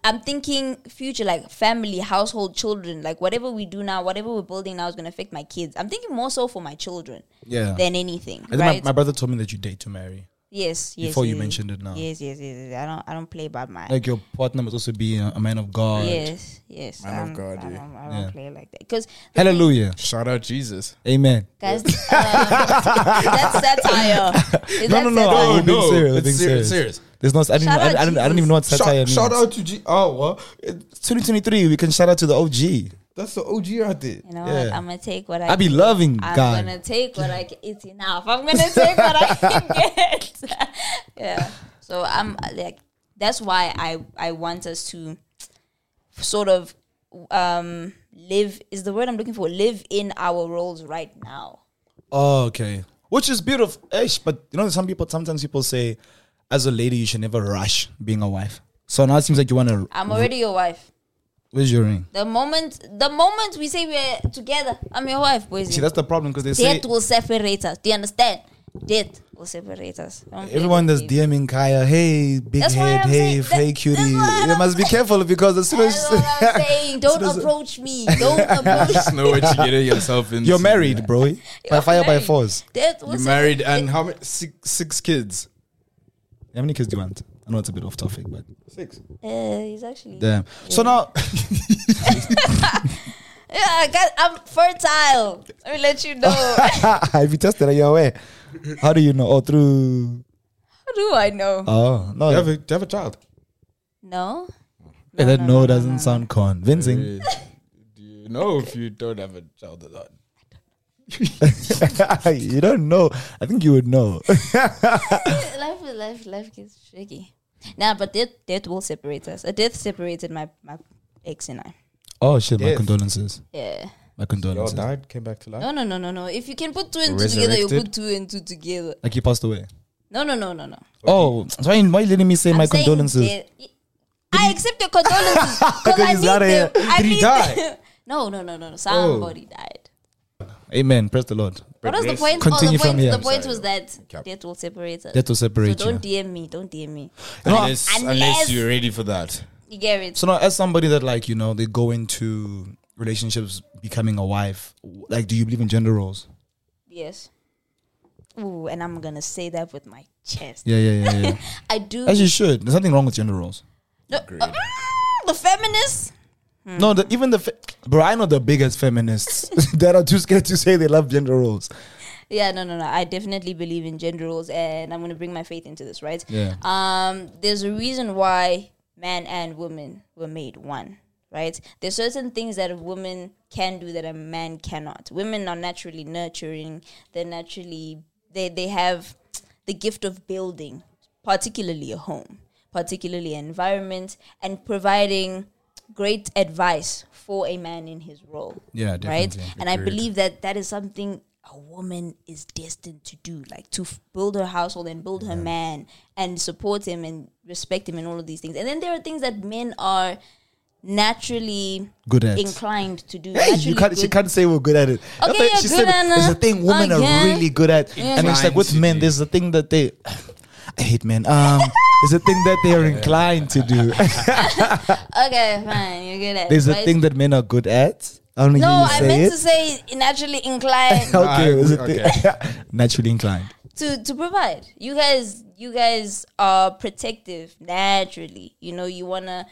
S6: I'm thinking future, like family, household, children, like whatever we do now, whatever we're building now is going to affect my kids. I'm thinking more so for my children
S1: Yeah.
S6: than anything.
S1: I think
S6: right?
S1: Ah. my, my brother told me that you date to marry.
S6: yes, yes.
S1: before you
S6: yes,
S1: mentioned it now.
S6: Yes, yes, yes. yes. I don't, I don't play by my.
S1: Like your partner must also be a, a man of God.
S6: Yes, yes.
S5: Man of
S6: I'm-
S5: God,
S6: I
S5: yeah.
S6: don't, I don't
S1: Yeah.
S6: play like that because
S1: Hallelujah.
S5: Shout out Jesus.
S1: Amen.
S6: guys, um, that's satire. Is
S1: No,
S6: that
S1: no, no.
S6: satire?
S1: I'm being
S5: no,
S1: serious. I'm
S5: it's
S1: being serious.
S5: serious,
S1: There's no. I didn't.
S6: Shout
S1: I,
S6: out
S1: I, don't, I don't even know what
S5: Shout,
S1: satire means.
S5: shout out to G. Oh, well,
S1: It's 2023. We can shout out to the OG.
S5: that's the OG out there.
S6: You know what?
S1: Yeah.
S6: I'm gonna take what I.
S1: I be
S6: can.
S1: loving
S6: I'm
S1: God.
S6: gonna take what I can. It's enough. I'm gonna take what I can get. yeah. So I'm uh, like, that's why I I want us to sort of um live is the word I'm looking for. Live in our roles right now.
S1: Oh, okay. Which is beautiful, ish. But you know, some people sometimes people say, as a lady, you should never rush being a wife. So now it seems like you want to.
S6: I'm already your wife.
S1: Where's your ring?
S6: The moment the moment we say we're together, I'm your wife, boys.
S1: See, that's the problem because they say
S6: Death will separate us. Do you understand? Death will separate us. Don't play
S1: Everyone
S6: this
S1: that's
S6: game.
S1: DMing Kaya, hey big
S6: That's why
S1: head,
S6: I'm
S1: hey
S6: saying- that-
S1: hey cutie.
S6: that's why
S1: You
S6: I'm
S1: must be careful because as soon as
S6: That's what I'm saying. Don't
S1: as-
S6: approach me. Don't approach me.
S5: know what you get yourself into.
S1: you're married, bro. by fire, by
S6: married.
S1: force.
S6: That
S5: You
S6: was
S5: married and how many? Six, six kids.
S1: How many kids do you want? I know it's a bit off topic, but
S5: Six.
S6: Uh, he's actually.
S1: damn. So now,
S6: Yeah, I got, I'm fertile. Let me let you know. How
S1: have you tested? Are you aware? How do you know? Oh, through.
S6: do I know?
S1: Oh no.
S5: Do you have a, do you have a child?
S6: no.
S1: Yeah, that no doesn't sound convincing.
S5: Do you know if you don't have a child or not?
S1: you don't know. I think you would know.
S6: life is life. Life gets tricky. Nah, but death, death will separate us. A death separated my my ex and I.
S1: oh shit! My
S5: Yes.
S1: condolences.
S6: Yeah.
S1: My condolences.
S5: died, came back to life.
S6: No, no, no, no, no. If you can put two and two together, you
S5: Resurrected?
S6: put two and two together.
S1: Like he passed away.
S6: No, no, no, no, no.
S1: Oh, so why, why you letting me say
S6: I'm
S1: my
S6: saying
S1: condolences?
S6: death- I accept your condolences because I
S1: he's
S6: need
S1: outta
S6: them.
S1: here.
S6: I
S5: Did he
S6: need
S5: die?
S6: them. No, no, no, no,
S1: Oh.
S6: no. Somebody died.
S1: Amen. Praise the Lord.
S6: What was the point? oh,
S1: Continue
S6: the
S1: from
S6: point,
S1: here.
S6: the
S1: I'm
S6: point was that
S5: Okay.
S6: death will separate us.
S1: That will
S6: so
S1: separate you.
S6: don't DM me. Don't DM me.
S1: No,
S5: Unless, unless,
S6: unless-
S5: you're ready for that.
S6: You get it?
S1: So now, as somebody that like you know they go into relationships becoming a wife, like do you believe in gender roles?
S6: Yes. Ooh, and I'm gonna say that with my chest.
S1: Yeah, yeah, yeah. yeah.
S6: I do.
S1: As you should. There's nothing wrong with gender roles.
S6: No, uh, mm, the feminists. Hmm.
S1: No, the, even the fe- bro, I know the biggest feminists that are too scared to say they love gender roles.
S6: Yeah, no, no, no. I definitely believe in gender roles, and I'm gonna bring my faith into this, right?
S1: Yeah.
S6: Um, there's a reason why man and woman were made one, right? There's certain things that a woman can do that a man cannot. Women are naturally nurturing. They're naturally they they have the gift of building, particularly a home, particularly an environment, and providing great advice for a man in his role.
S1: Yeah,
S6: right?
S1: definitely.
S6: And I believe that that is something a woman is destined to do, like to f- build her household and build her man and support him and respect him and all of these things. And then there are things that men are naturally
S1: Good at.
S6: inclined to do.
S1: Hey,
S6: naturally
S1: you can't. She
S6: good-
S1: can't say we're good at it. That's
S6: Okay,
S1: why
S6: you're
S1: she
S6: good at
S1: there's a
S6: it.
S1: thing women
S6: Okay.
S1: are really good at, and it's like
S5: Inclined
S1: with
S5: to
S1: men,
S5: do.
S1: there's a thing that they. I hate men. Um, there's a thing that they are inclined to do.
S6: Okay, fine, you're good at.
S1: There's a
S6: right?
S1: thing that men are good at. I don't
S6: No,
S1: hear you
S6: I
S1: say
S6: meant
S1: it.
S6: to say naturally inclined
S1: okay,
S5: I-
S1: there's a thing- naturally inclined.
S6: to to provide. You guys, you guys are protective naturally. You know, you wanna.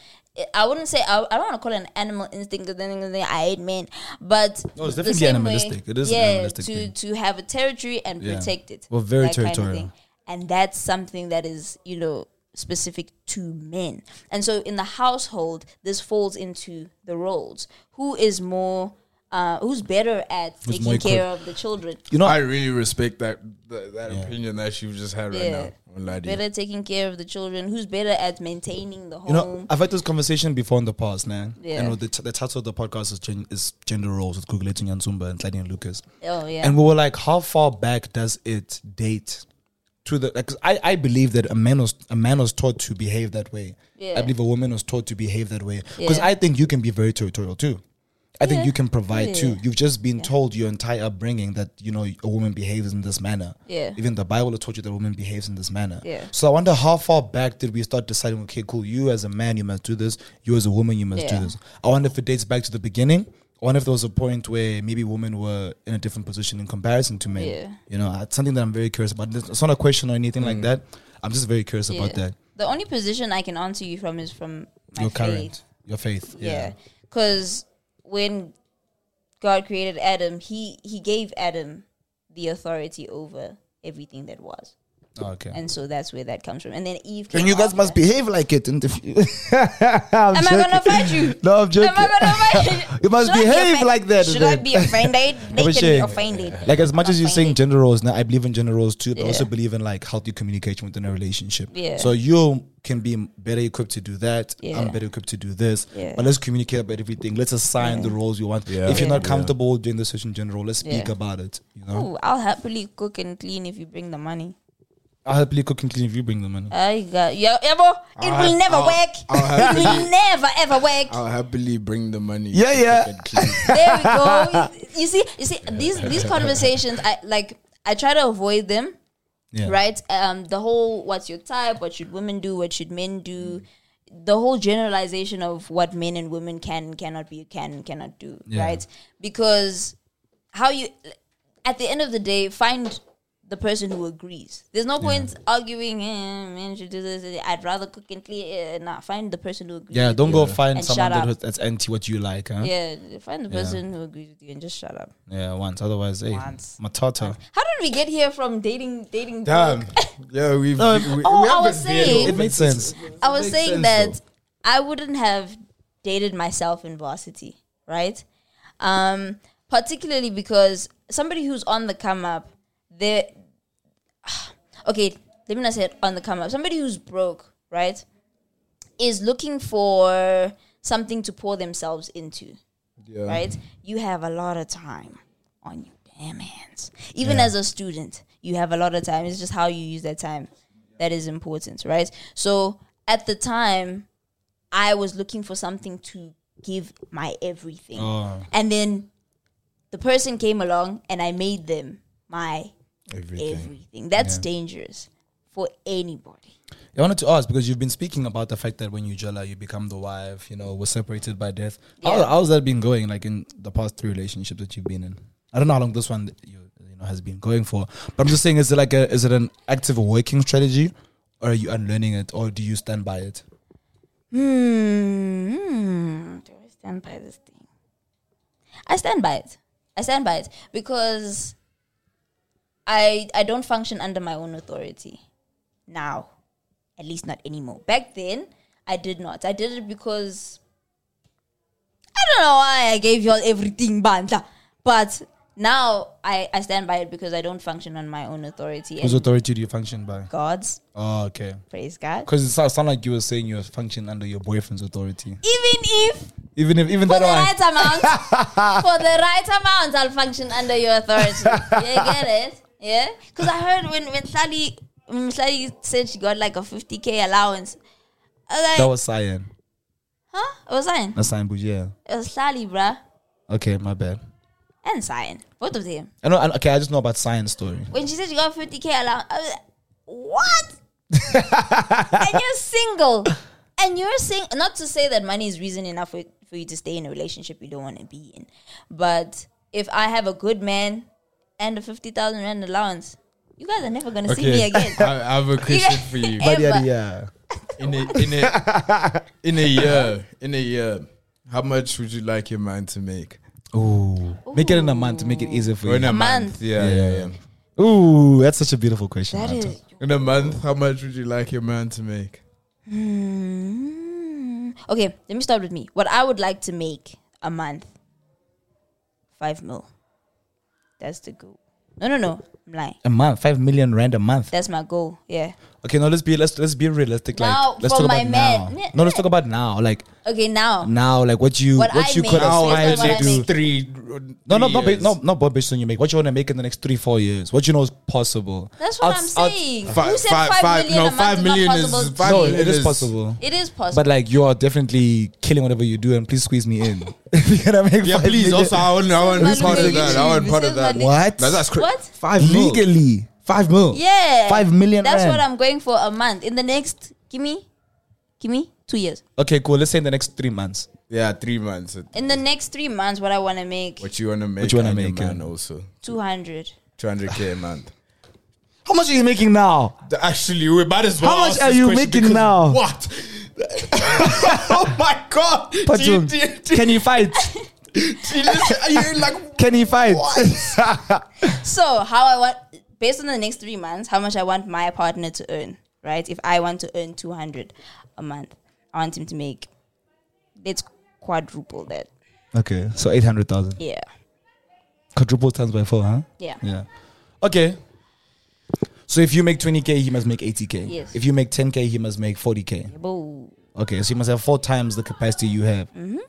S6: I wouldn't say I, I don't want to call it an animal instinct because then then I hate men, but
S1: No, it's
S6: the
S1: definitely
S6: same
S1: animalistic. It is an
S6: yeah,
S1: animalistic
S6: to
S1: thing.
S6: to have a territory and
S1: Yeah.
S6: protect it.
S1: We're very
S6: that kind of
S1: territorial.
S6: thing. and that's something that is you know specific to men. And so in the household, this falls into the roles. Who is more? Uh, who's better at
S1: Who's more
S6: taking care of the children?
S1: You know,
S5: I really respect that that, that opinion that you just had right
S6: Yeah.
S5: now. on Ladi.
S6: better taking care of the children who's better at maintaining the home
S1: You know, I've had this conversation before in the past, man.
S6: Yeah.
S1: And the, t- the title of the podcast is, gen- is Gender Roles with Google and Zumba and Sliding Lucas.
S6: oh yeah
S1: And we were like, how far back does it date to the? Like, 'cause I I believe that a man was a man was taught to behave that way.
S6: Yeah.
S1: I believe a woman was taught to behave that way because
S6: Yeah.
S1: I think you can be very territorial too. I think you can provide too.
S6: Yeah.
S1: You've just been told your entire upbringing that you know a woman behaves in this manner.
S6: Yeah.
S1: Even the Bible has taught you that a woman behaves in this manner.
S6: Yeah.
S1: So I wonder how far back did we start deciding? Okay, cool. You as a man, you must do this. You as a woman, you must do
S6: Yeah.
S1: this. I wonder if it dates back to the beginning. I wonder if there was a point where maybe women were in a different position in comparison to men.
S6: Yeah.
S1: You know, it's something that I'm very curious about. It's not a question or anything like that. I'm just very curious about
S6: Yeah.
S1: that.
S6: the only position i can answer you from is from my
S1: Your
S6: faith
S1: current, your faith.
S6: yeah because when god created adam he he gave adam the authority over everything that was
S1: Oh, okay.
S6: and so that's where that comes from and then eve came
S1: and you guys
S6: after.
S1: must behave like it. And if you I'm
S6: am i
S1: joking.
S6: gonna fight you
S1: No, I'm joking.
S6: Am I gonna fight
S1: You must
S6: Should I be
S1: behave
S6: offend-
S1: like that
S6: Should I
S1: then.
S6: be offended? They can be
S1: Abhishek.
S6: offended.
S1: Like as much as you're saying
S6: Offended.
S1: gender roles, now I believe in gender roles too, but I
S6: Yeah.
S1: also believe in like healthy communication within a relationship.
S6: Yeah.
S1: So you can be better equipped to do that.
S6: Yeah.
S1: I'm better equipped to do this.
S6: Yeah.
S1: But let's communicate about everything. Let's assign the roles you want.
S5: Yeah.
S1: If you're not
S5: Yeah.
S1: comfortable doing the certain gender role, let's speak
S6: Yeah.
S1: about it. You know,
S6: Ooh, I'll happily cook and clean if you bring the money.
S1: I'll happily cook and clean if you bring the money.
S6: I got yeah, ever. It
S5: I'll
S6: will
S5: have-
S6: never
S5: I'll-
S6: work.
S5: I'll
S6: it
S5: have
S6: will
S5: to
S6: never ever work.
S5: I'll happily bring the money.
S1: Yeah,
S5: to
S1: yeah.
S5: keep it clean.
S6: there we go. You see, you see these these conversations. I like. I try to avoid them.
S1: Yeah.
S6: Right. Um. The whole what's your type? What should women do? What should men do? The whole generalization of what men and women can cannot be can cannot do.
S1: Yeah.
S6: Right. Because how you at the end of the day find the person who agrees. There's no point arguing. Eh, men should do this. I'd rather cook and clean. Eh, Nah. Find the person who agrees.
S1: Yeah,
S6: with
S1: don't
S6: you.
S1: go find
S6: And
S1: someone
S6: shut
S1: that
S6: up.
S1: was- that's anti what you like. Huh?
S6: Yeah, find the person who agrees with you and just shut up.
S1: Yeah, once. Otherwise, hey,
S6: Once.
S1: matata.
S6: How did we get here from dating dating?
S5: Damn. Yeah, we've.
S1: No,
S5: we, we
S6: Oh, I
S5: have
S6: was
S5: been there.
S6: saying-
S1: It made sense.
S6: I was saying that I wouldn't have dated myself in varsity, right? Um, particularly because somebody who's on the come up, they okay, let me not say it on the come up. Somebody who's broke, right, is looking for something to pour themselves into,
S5: Yeah.
S6: right? You have a lot of time on your damn hands. Even as a student, you have a lot of time. It's just how you use that time that is important, right? So at the time, I was looking for something to give my everything. And then the person came along and I made them my everything. That's dangerous for anybody.
S1: I wanted to ask because you've been speaking about the fact that when you jella, you become the wife. You know, we're separated by death. How, how's that been going? Like in the past three relationships that you've been in. I don't know how long this one you, you know has been going for, but I'm just saying, is it like a is it an active working strategy, or are you unlearning it, or do you stand by it?
S6: Hmm. Do I stand by this thing? I stand by it. I stand by it because I I don't function under my own authority now, at least not anymore. Back then, I did not. I did it because I don't know why I gave y'all everything, Banta. But now I, I stand by it because I don't function on my own authority.
S1: Whose
S6: And
S1: authority do you function by?
S6: God's
S1: Oh, okay.
S6: praise God.
S1: Because it sounds sound like you were saying you function under your boyfriend's authority.
S6: Even if
S1: Even if even that
S6: for the
S1: one.
S6: right amount. for the right amount, I'll function under your authority. You get it? Yeah? Because I heard when when Sally, when Sally said she got like a 50k allowance. I was like,
S1: That was Cyan.
S6: huh? It was Sign.
S1: That's Cyan, but yeah.
S6: It was Sally, bruh.
S1: Okay, my bad.
S6: And Sign. Both of them.
S1: I know. I- Okay, I just know about Cyan's story.
S6: When she said she got 50k allowance, I was like, what? and you're single. And you're saying, not to say that money is reason enough for, for you to stay in a relationship you don't want to be in. But if I have a good man and a 50,000 rand allowance, you guys are never going to see me again.
S5: I, I have a question for you.
S6: Ever.
S1: yeah.
S5: In a in a in a year, in a year, how much would you like your man to make?
S1: Ooh. Make it in a month to make it easier for
S5: Or in
S1: you.
S5: a month?
S6: Month.
S5: Yeah, yeah, yeah.
S1: Ooh, that's such a beautiful question.
S6: That
S1: Anto.
S6: is.
S5: In a month, how much would you like your man to make?
S6: Mm. Okay, let me start with me. What I would like to make a month, five mil. That's the goal. No, no, no. I'm lying.
S1: a month, five million rand a month.
S6: That's my goal. Yeah.
S1: Okay, no, let's be let's let's be realistic. Like,
S6: Now,
S1: let's
S6: for
S1: talk
S6: my
S1: about
S6: man.
S1: now. No, let's talk about now. Like
S6: Okay, now.
S1: now, like what you what,
S6: What I
S1: you
S6: make
S1: could
S6: is Now,
S1: aspire
S6: based on
S1: to
S6: what I
S1: do.
S6: make.
S5: Three.
S1: No, no, not ba- no, not what based on you make. What you want to make in the next three, four years? What you know is possible.
S6: That's what
S1: Outs-
S6: I'm
S1: outs-
S6: saying.
S5: fi-
S6: Who said
S5: fi-
S6: five
S5: fi-
S6: million
S5: no,
S6: a month
S5: five
S6: is
S5: million
S6: not
S5: is
S6: possible?
S5: five
S1: No,
S5: million
S1: it is
S5: is-
S1: possible.
S6: It is possible.
S1: But like you are definitely killing whatever you do, and please squeeze me in. If you're gonna make
S5: Yeah,
S1: five
S5: please.
S1: million-
S5: Also, I want, I want
S6: This is
S5: part
S6: my
S5: of that. I want
S6: leadership.
S5: part
S6: This
S5: of
S6: is my
S5: that.
S6: leadership.
S1: What?
S5: That's, that's cra-
S6: what?
S1: five
S5: mil.
S1: legally five mil.
S6: Yeah.
S1: five million
S6: That's what
S1: rand.
S6: I'm going for a month. In the next, give me, give me two years.
S1: Okay, cool. Let's say in the next three months.
S5: Yeah, three months.
S6: In the next three months, what I want to make
S5: What you want to make?
S1: What you wanna
S5: and your
S1: make,
S5: man?
S1: yeah.
S5: Also,
S6: two hundred.
S5: two hundred k a month.
S1: How much are you making now?
S5: Th- Actually, we might as well.
S1: How much
S5: ask
S1: are
S5: this
S1: you
S5: question
S1: making
S5: because
S1: now?
S5: What? oh my god! Do you-
S1: Patum,
S5: do you- do you-
S1: can you fight?
S5: do you listen- are you like?
S1: Can you fight?
S6: So how I want, based on the next three months, how much I want my partner to earn, right? If I want to earn two hundred a month, I want him to make. Let's quadruple that.
S1: okay, so eight hundred thousand.
S6: Yeah.
S1: Quadruple times by four, huh?
S6: Yeah.
S1: Yeah. Okay. So if you make twenty k, he must make eighty k.
S6: Yes.
S1: If you make ten k, he must make forty k.
S6: Boo.
S1: Okay, so you must have four times the capacity you have.
S6: Mm-hmm.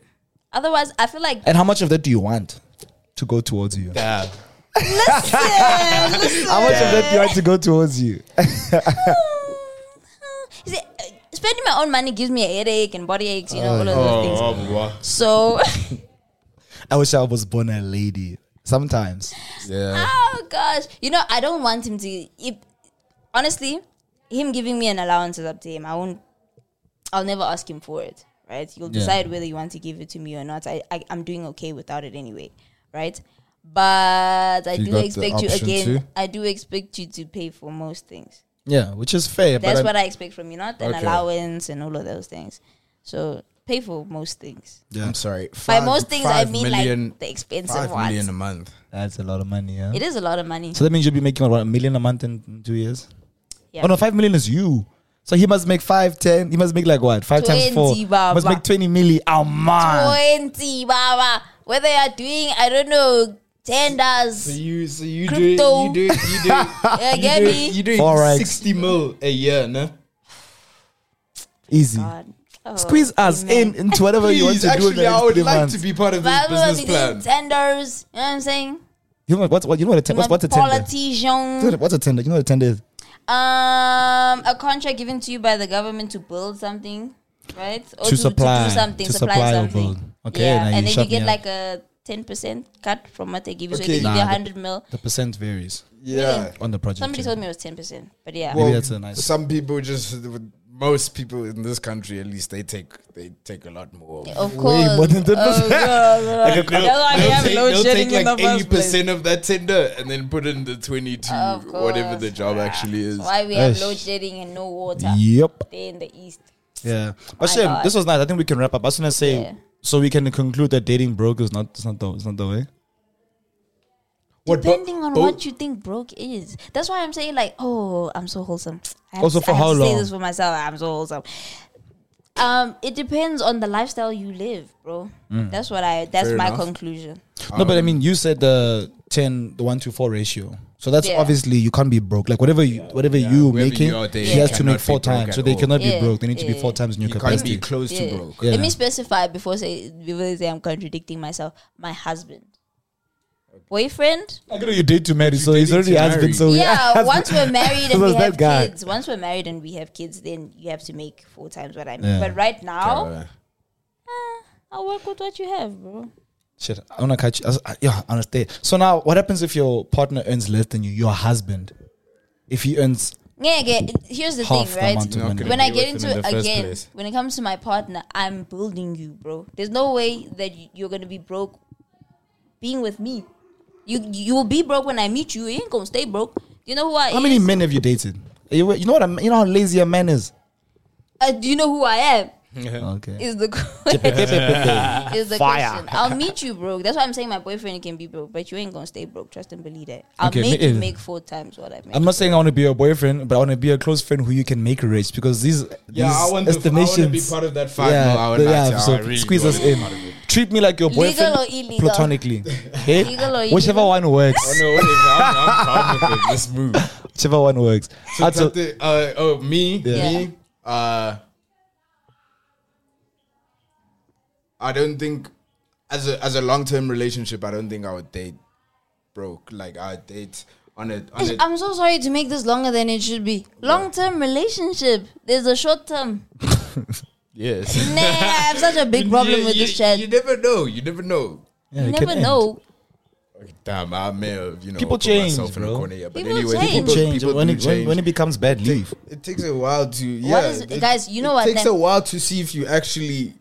S6: Otherwise, I feel like
S1: And how much of that do you want to go towards you?
S5: Yeah.
S1: How much of that do you want to go towards you?
S6: You see, uh, spending my own money gives me a headache and body aches, you know, all of those things.
S5: Oh, wow.
S6: So,
S1: I wish I was born a lady. Sometimes.
S5: Yeah.
S6: oh gosh, you know, I don't want him to. If, honestly, him giving me an allowance is up to him. I won't. I'll never ask him for it. Right? You'll
S1: Yeah.
S6: decide whether you want to give it to me or not. I, I I'm doing okay without it anyway. Right? But I
S5: You
S6: do
S5: got the
S6: expect you
S5: option
S6: again.
S5: to?
S6: I do expect you to pay for most things.
S1: Yeah, which is fair.
S6: That's
S1: but
S6: what I expect from you, not an
S5: Okay.
S6: allowance and all of those things. So pay for most things.
S1: yeah.
S5: I'm sorry.
S6: By most things, I
S5: five
S6: mean
S5: million-
S6: like the expensive
S5: five million
S6: ones.
S5: a month.
S1: That's a lot of money, yeah.
S6: It is a lot of money.
S1: So that means you'll be making what, a million a month in two years?
S6: Yeah.
S1: Oh no, five million is you. So he must make five, ten. He must make like what? Five times four.
S6: 20 baba.
S1: Must make twenty milli. Oh
S5: uh,
S1: man.
S6: 20, Baba. Whether you're doing, I don't know,
S5: So
S6: tenders.
S5: you, so you do, it-
S6: Crypto.
S5: you do, it- you do, it-
S6: Yeah,
S5: you
S6: get
S5: do,
S6: me?
S5: it- you do it
S1: Forex.
S5: sixty mil a year, no?
S1: Easy.
S6: God. Oh,
S1: Squeeze us in
S6: amen.
S1: into whatever you want
S5: Please,
S1: to do in the
S5: actually,
S1: next
S5: I would
S1: three
S5: like
S1: months.
S5: to be part of this
S6: Baba will
S5: business
S6: be
S5: plan.
S6: doing tenders. You know what I'm saying?
S1: You know what? What you know what a ten, what's, what's a tender? You know
S6: Politician.
S1: what- What's a tender? You know what a tender is?
S6: Um, a contract given to you by the government to build something, right? Or
S1: To supply.
S6: do something,
S1: To
S6: supply,
S1: supply or
S6: something.
S1: build. Okay,
S6: yeah.
S1: now you
S6: and then
S1: shut
S6: you get
S1: me
S6: like a ten percent cut from what they give you, so
S5: Okay.
S6: they give you
S1: Nah,
S6: a
S1: the-
S6: hundred mil.
S1: The percent varies
S5: yeah.
S1: on the project.
S6: Somebody
S1: yeah.
S6: told me it was ten percent, but yeah.
S1: Maybe that's a nice-
S5: Some people just, most people in this country, at least, they take they take a lot more.
S6: of course,
S1: Way more than 10%.
S6: Oh, God.
S1: Like a
S6: That's why we
S5: They'll
S6: have
S5: take,
S6: load
S5: they'll
S6: shedding
S5: take
S6: in the
S5: like eighty
S6: first place.
S5: percent of that tender and then put in the twenty-two,
S6: Of
S5: whatever
S6: course.
S5: the job actually is.
S6: Why we have
S1: Eish.
S6: load shedding and no water?
S1: Yep.
S6: They in the east.
S1: Yeah. But
S6: My
S1: Shem,
S6: God.
S1: this was nice. I think we can wrap up. I was gonna say
S6: Yeah.
S1: so we can conclude that dating broke is not it's not the it's not the way.
S5: What, bo-
S6: Depending on
S1: Oh.
S5: bo-
S6: what you think broke is. That's why I'm saying like, oh, I'm so wholesome. I have
S1: Also
S6: to-
S1: for
S6: I have
S1: how
S6: to
S1: long?
S6: Say this for myself. I'm so wholesome. Um, it depends on the lifestyle you live, bro.
S1: Mm.
S6: That's what I. That's
S5: Fair
S6: my
S5: enough.
S6: conclusion.
S1: no,
S5: Um,
S1: but I mean you said the 10 the 1 to 4 ratio. So that's
S6: Yeah.
S1: obviously you can't be broke. Like whatever you whatever you
S5: whoever
S1: making,
S5: you are, they
S1: she has to
S5: cannot
S1: make four
S5: be broke
S1: times.
S5: at
S1: So they
S5: all.
S1: cannot be
S6: Yeah,
S1: broke. They need to be
S6: yeah.
S1: four times in your
S5: you can't
S1: capacity.
S5: be close
S6: Yeah.
S5: to broke.
S1: Yeah.
S6: Let me specify before say before they say I'm contradicting myself. My husband, boyfriend.
S1: I know you date to marry,
S5: you
S1: so he's
S5: dated
S1: already
S5: to
S1: husband.
S5: marry.
S1: So we are
S6: yeah,
S1: husband.
S6: once we're married
S1: So
S6: and we
S1: it's Oh, that
S6: have
S1: guy.
S6: kids, once we're married and we have kids, then you have to make four times what I make.
S1: Yeah.
S6: But right now,
S5: Uh,
S6: I'll work with what you have, bro.
S1: Shit, I wanna catch. I, I- yeah, I understand. So now, what happens if your partner earns less than you? Your husband, if he earns
S6: Yeah, yeah, here's the
S1: half
S6: thing,
S1: the
S6: right?
S1: amount of
S5: Not
S1: money,
S5: gonna
S6: when I
S5: be
S6: get
S5: with
S6: into
S5: them in the first
S6: again,
S5: place.
S6: when it comes to my partner, I'm building you, bro. There's no way that you- you're gonna be broke being with me. You you will be broke when I meet you. You ain't gonna stay broke. You know who I
S1: how many
S6: is?
S1: men have you dated? You, you know what? I'm, you know how lazy a man is.
S6: Uh, do you know who I am?
S1: Okay.
S6: Is the is the question. I'll meet you, broke. That's why I'm saying my boyfriend can be broke, but you ain't gonna stay broke. Trust and believe that. I'll
S1: Okay,
S6: make
S1: ma-
S6: you
S1: eh.
S6: make four times what I make.
S1: I'm not saying I want to be your boyfriend, but I want to be a close friend who you can make rich because these
S5: yeah,
S1: these
S5: I want to. I
S1: estimations.
S5: want to be part of that five.
S1: yeah,
S5: mil. I would
S1: the-
S5: like
S1: yeah,
S5: to. I
S1: so
S5: really
S1: squeeze
S5: want
S1: us
S5: to.
S1: in. Treat me like your
S6: Legal
S1: boyfriend,
S6: or illegal?
S1: platonically. Okay?
S6: Legal or
S1: Whichever
S6: illegal?
S1: one
S5: Oh
S1: works.
S5: no, whatever. I'm, I'm calm with it. Let's move.
S1: Whichever one works.
S5: So
S1: That's a-
S5: Tate, uh, oh, me,
S1: Yeah.
S5: me. Uh, I don't think as a as a long term relationship, I don't think I would date broke. Like I would date on a on a
S6: I'm so sorry to make this longer than it should be. Long term relationship. There's a short term.
S5: yes.
S6: Nah, I have such a big problem
S5: You-
S6: with
S5: you-
S6: this chat.
S5: You
S6: You,
S5: never know. You never know.
S1: yeah, it can
S6: never
S1: end.
S6: know.
S5: Damn, I may have you know
S1: People
S5: put
S1: change,
S5: myself in a
S1: bro.
S5: corner here, but
S6: People
S5: anyway,
S6: change.
S1: People change. when,
S5: do
S1: it, when, when it becomes bad, leave.
S5: it takes a while to yeah.
S6: What is-
S5: it-
S6: guys, you know
S5: it
S6: what,
S5: takes
S6: then-
S5: a while to see if you actually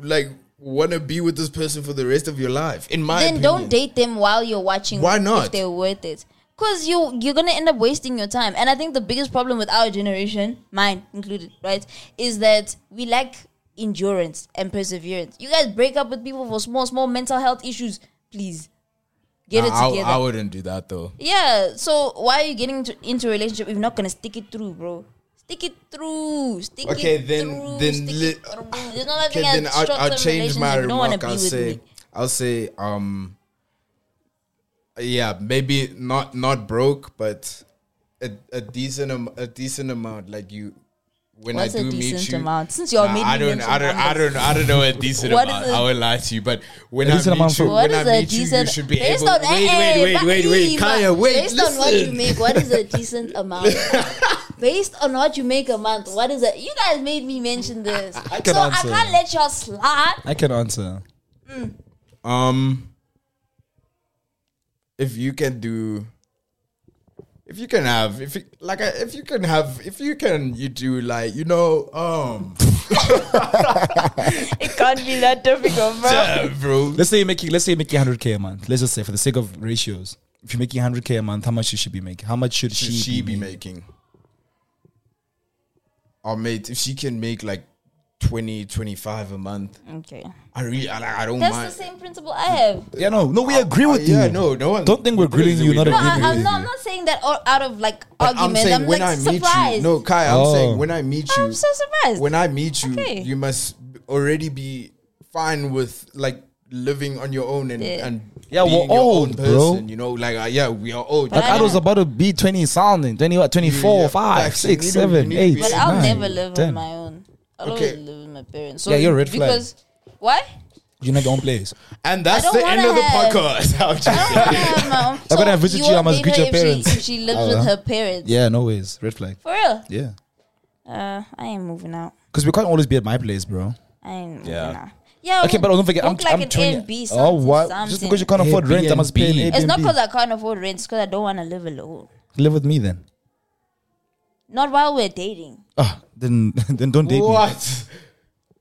S5: like want to be with this person for the rest of your life. In my
S6: Then
S5: opinion.
S6: don't date them while you're watching
S5: Why
S6: if
S5: not?
S6: they're worth it. Because you you're gonna end up wasting your time. And I think the biggest problem with our generation, mine included, right, is that we lack endurance and perseverance. You guys break up with people for small, small mental health issues. Please. Get
S5: Nah, I-
S6: it together.
S5: I, wouldn't do that though.
S6: Yeah. So why are you getting into, into a relationship if you're not gonna stick it through, bro? Stick it through. Stick
S5: Okay,
S6: it
S5: then-
S6: through.
S5: then
S6: stick
S5: li-
S6: it through. There's no nothing
S5: Okay, then
S6: as
S5: I'll, I'll
S6: short-term
S5: change my
S6: relationship. You don't wanna
S5: remark.
S6: be
S5: I'll
S6: with
S5: say,
S6: me.
S5: I'll say, um, yeah, maybe not not broke, but a, a decent am- a decent amount. Like you, when
S6: What's
S5: I
S6: a
S5: do meet
S6: decent
S5: you,
S6: amount? Since you're
S5: Nah,
S6: making
S5: I don't,
S6: mention
S5: I don't, I
S6: numbers.
S5: don't, I don't know a decent
S6: What
S5: amount.
S6: is a-
S5: I would lie to you, but when
S1: A
S5: I
S1: decent amount
S5: meet you,
S1: for-
S5: when
S6: What is
S5: I
S6: a
S5: meet you, you
S6: decent?
S5: should be
S6: based
S5: able.
S6: on
S5: Wait, wait, wait, wait, wait, Kaya, wait.
S6: Based on what you
S5: listen.
S6: make, what is a decent amount? based on what you make a month, what is it? You guys made me mention this,
S1: can
S6: so
S1: answer.
S6: I can't let y'all slide.
S1: I can answer.
S5: Um, if you can do, if you can have, if you, like, uh, if you can have, if you can, you do like, you know, um,
S6: It can't be that difficult, bro.
S5: uh, bro.
S1: Let's say you're making let's say you're making 100k a month. Let's just say for the sake of ratios, if you're making 100k a month, how much should she be making? How much should,
S5: Should she be making? Or mate, if she can make like 20, 25 a month,
S6: Okay,
S5: I really, I, like, I don't
S6: that's
S5: mind.
S6: the same principle I have.
S1: Yeah, no, no, we agree
S5: Uh,
S1: with you.
S5: yeah, no, no one-
S1: Don't think we're
S5: the thing is
S1: grilling
S5: that
S1: you,
S5: we
S1: not
S5: don't
S6: No,
S1: agree
S6: I,
S1: with
S6: I'm,
S1: you.
S6: not, I'm not saying that all out of like
S5: But I'm
S6: argument. I'm,
S5: saying when
S6: like
S5: I meet
S6: surprised.
S5: you, no, Kai, I'm
S1: Oh.
S5: saying when I meet you,
S6: I'm so surprised.
S5: when I meet you,
S6: Okay.
S5: you must already be fine with like living on your own and
S6: Yeah.
S5: and
S1: Yeah,
S5: being
S1: we're
S5: your
S1: old,
S5: own
S1: bro.
S5: person, You know, like uh, yeah, we are old.
S1: Like
S6: I
S1: I was
S6: don't-
S1: about to be 20 something, 20, what, 24,
S5: Yeah,
S1: 5,
S5: facts.
S1: 6,
S5: You don't- you
S1: 7,
S5: need to be
S1: 8.
S6: But I'll
S1: nine,
S6: never live
S1: 10.
S6: on my own. I'll
S5: Okay.
S6: always live with my parents. So
S1: Yeah, you're a red flag.
S6: because why?
S1: You're not your own place.
S5: And
S6: I
S5: that's
S6: don't
S5: the end
S6: wanna
S5: of the
S6: have-
S5: podcast. I'll just-
S6: I don't want to have my own.
S1: Like when I visit you, I
S6: won't
S1: must
S6: date
S1: greet
S6: her
S1: your
S6: if she-
S1: parents. Ah,
S6: If she lives with her parents,
S1: Yeah, no ways. Red flag.
S6: for real.
S1: Yeah.
S6: Uh, I ain't moving out.
S1: Because we can't always be at my place, bro.
S6: I ain't
S5: Yeah.
S6: moving out. Yeah.
S1: Okay, but don't forget, I'm,
S6: book like
S1: I'm
S6: an
S1: 20.
S6: Airbnb
S1: Oh,
S6: something,
S1: what?
S6: something.
S1: Just because you can't afford rent, I must pay an
S6: It's not
S1: Airbnb.
S6: because I can't afford rent. It's because I don't want to live alone.
S1: Live with me then.
S6: Not while we're dating.
S1: Ah, then, then don't date me.
S5: what?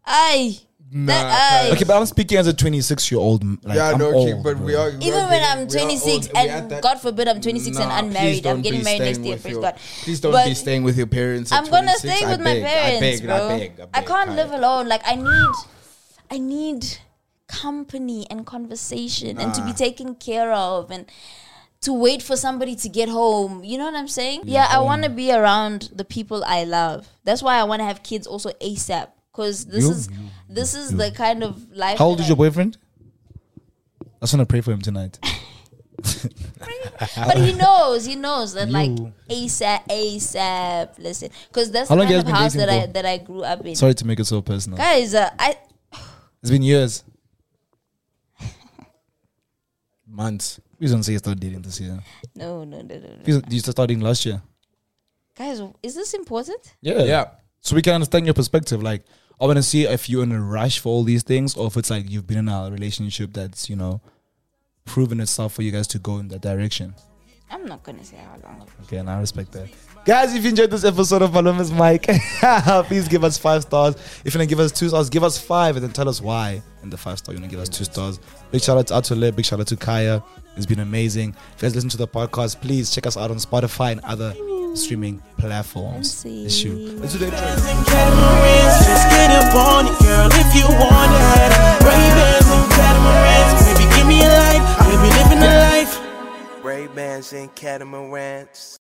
S6: I. that, I
S1: Okay, but I'm speaking as a 26 year old. Like,
S5: yeah,
S1: I'm
S5: no, okay,
S1: old,
S5: but
S1: bro.
S5: we are. we
S6: even
S5: are
S6: when
S5: getting-
S6: I'm
S5: we are old.
S6: 26
S5: We are at
S6: and
S5: that-
S6: God forbid I'm 26
S5: Nah,
S6: and
S5: please
S6: unmarried,
S5: don't
S6: I'm getting
S5: be
S6: married next
S5: staying
S6: year.
S5: with
S6: Praise
S5: your-
S6: God.
S5: Please don't
S6: But
S5: be staying with your parents. at
S6: I'm gonna
S5: 26.
S6: stay
S5: I
S6: with my
S5: beg, I
S6: parents,
S5: beg,
S6: bro. I,
S5: I, beg, I, beg,
S6: can't
S5: Kai.
S6: live alone. Like I need, I need company and conversation and to be taken care of and to wait for somebody to get home. You know what I'm saying? Yeah, I want to be around the people I love. That's why I want to have kids also ASAP. Cause this
S1: You-
S6: is this is the kind of life.
S1: How old
S6: that
S1: is
S6: I-
S1: your boyfriend? I just want to pray for him tonight.
S6: But he knows, he knows that like
S1: You-
S6: ASAP, ASAP. Listen, because that's
S1: How
S6: the
S1: long you
S6: kind
S1: guys
S6: of
S1: been dating
S6: house that I
S1: for?
S6: that I grew up in.
S1: Sorry to make it so personal.
S6: Guys, uh, I
S1: It's been years.
S5: Months.
S1: Please don't say you started dating this year.
S6: no no no no. no.
S1: Please, you started dating last year.
S6: guys is this important
S1: Yeah.
S5: Yeah.
S1: So we can understand your perspective. Like, I want to see if you're in a rush for all these things or if it's like you've been in a relationship that's, you know, proven itself for you guys to go in that direction.
S6: i'm not gonna say how long
S1: Okay, and I respect that. Guys, if you enjoyed this episode of Maluma's Mike, please give us five stars. If you want to give us two stars, give us five and then tell us why. And the five star, you want to give us two stars. Big shout out to Atule, big shout out to Kaya. It's been amazing. If you guys listen to the podcast, please check us out on Spotify and other streaming platforms.
S6: see.
S1: It's you. Let's do the intro.
S9: and catamarans. Just get up on it, girl, if you want it. Ray Bans and catamarans, baby, give me a light. I be living a life. Ray Bans and catamarans.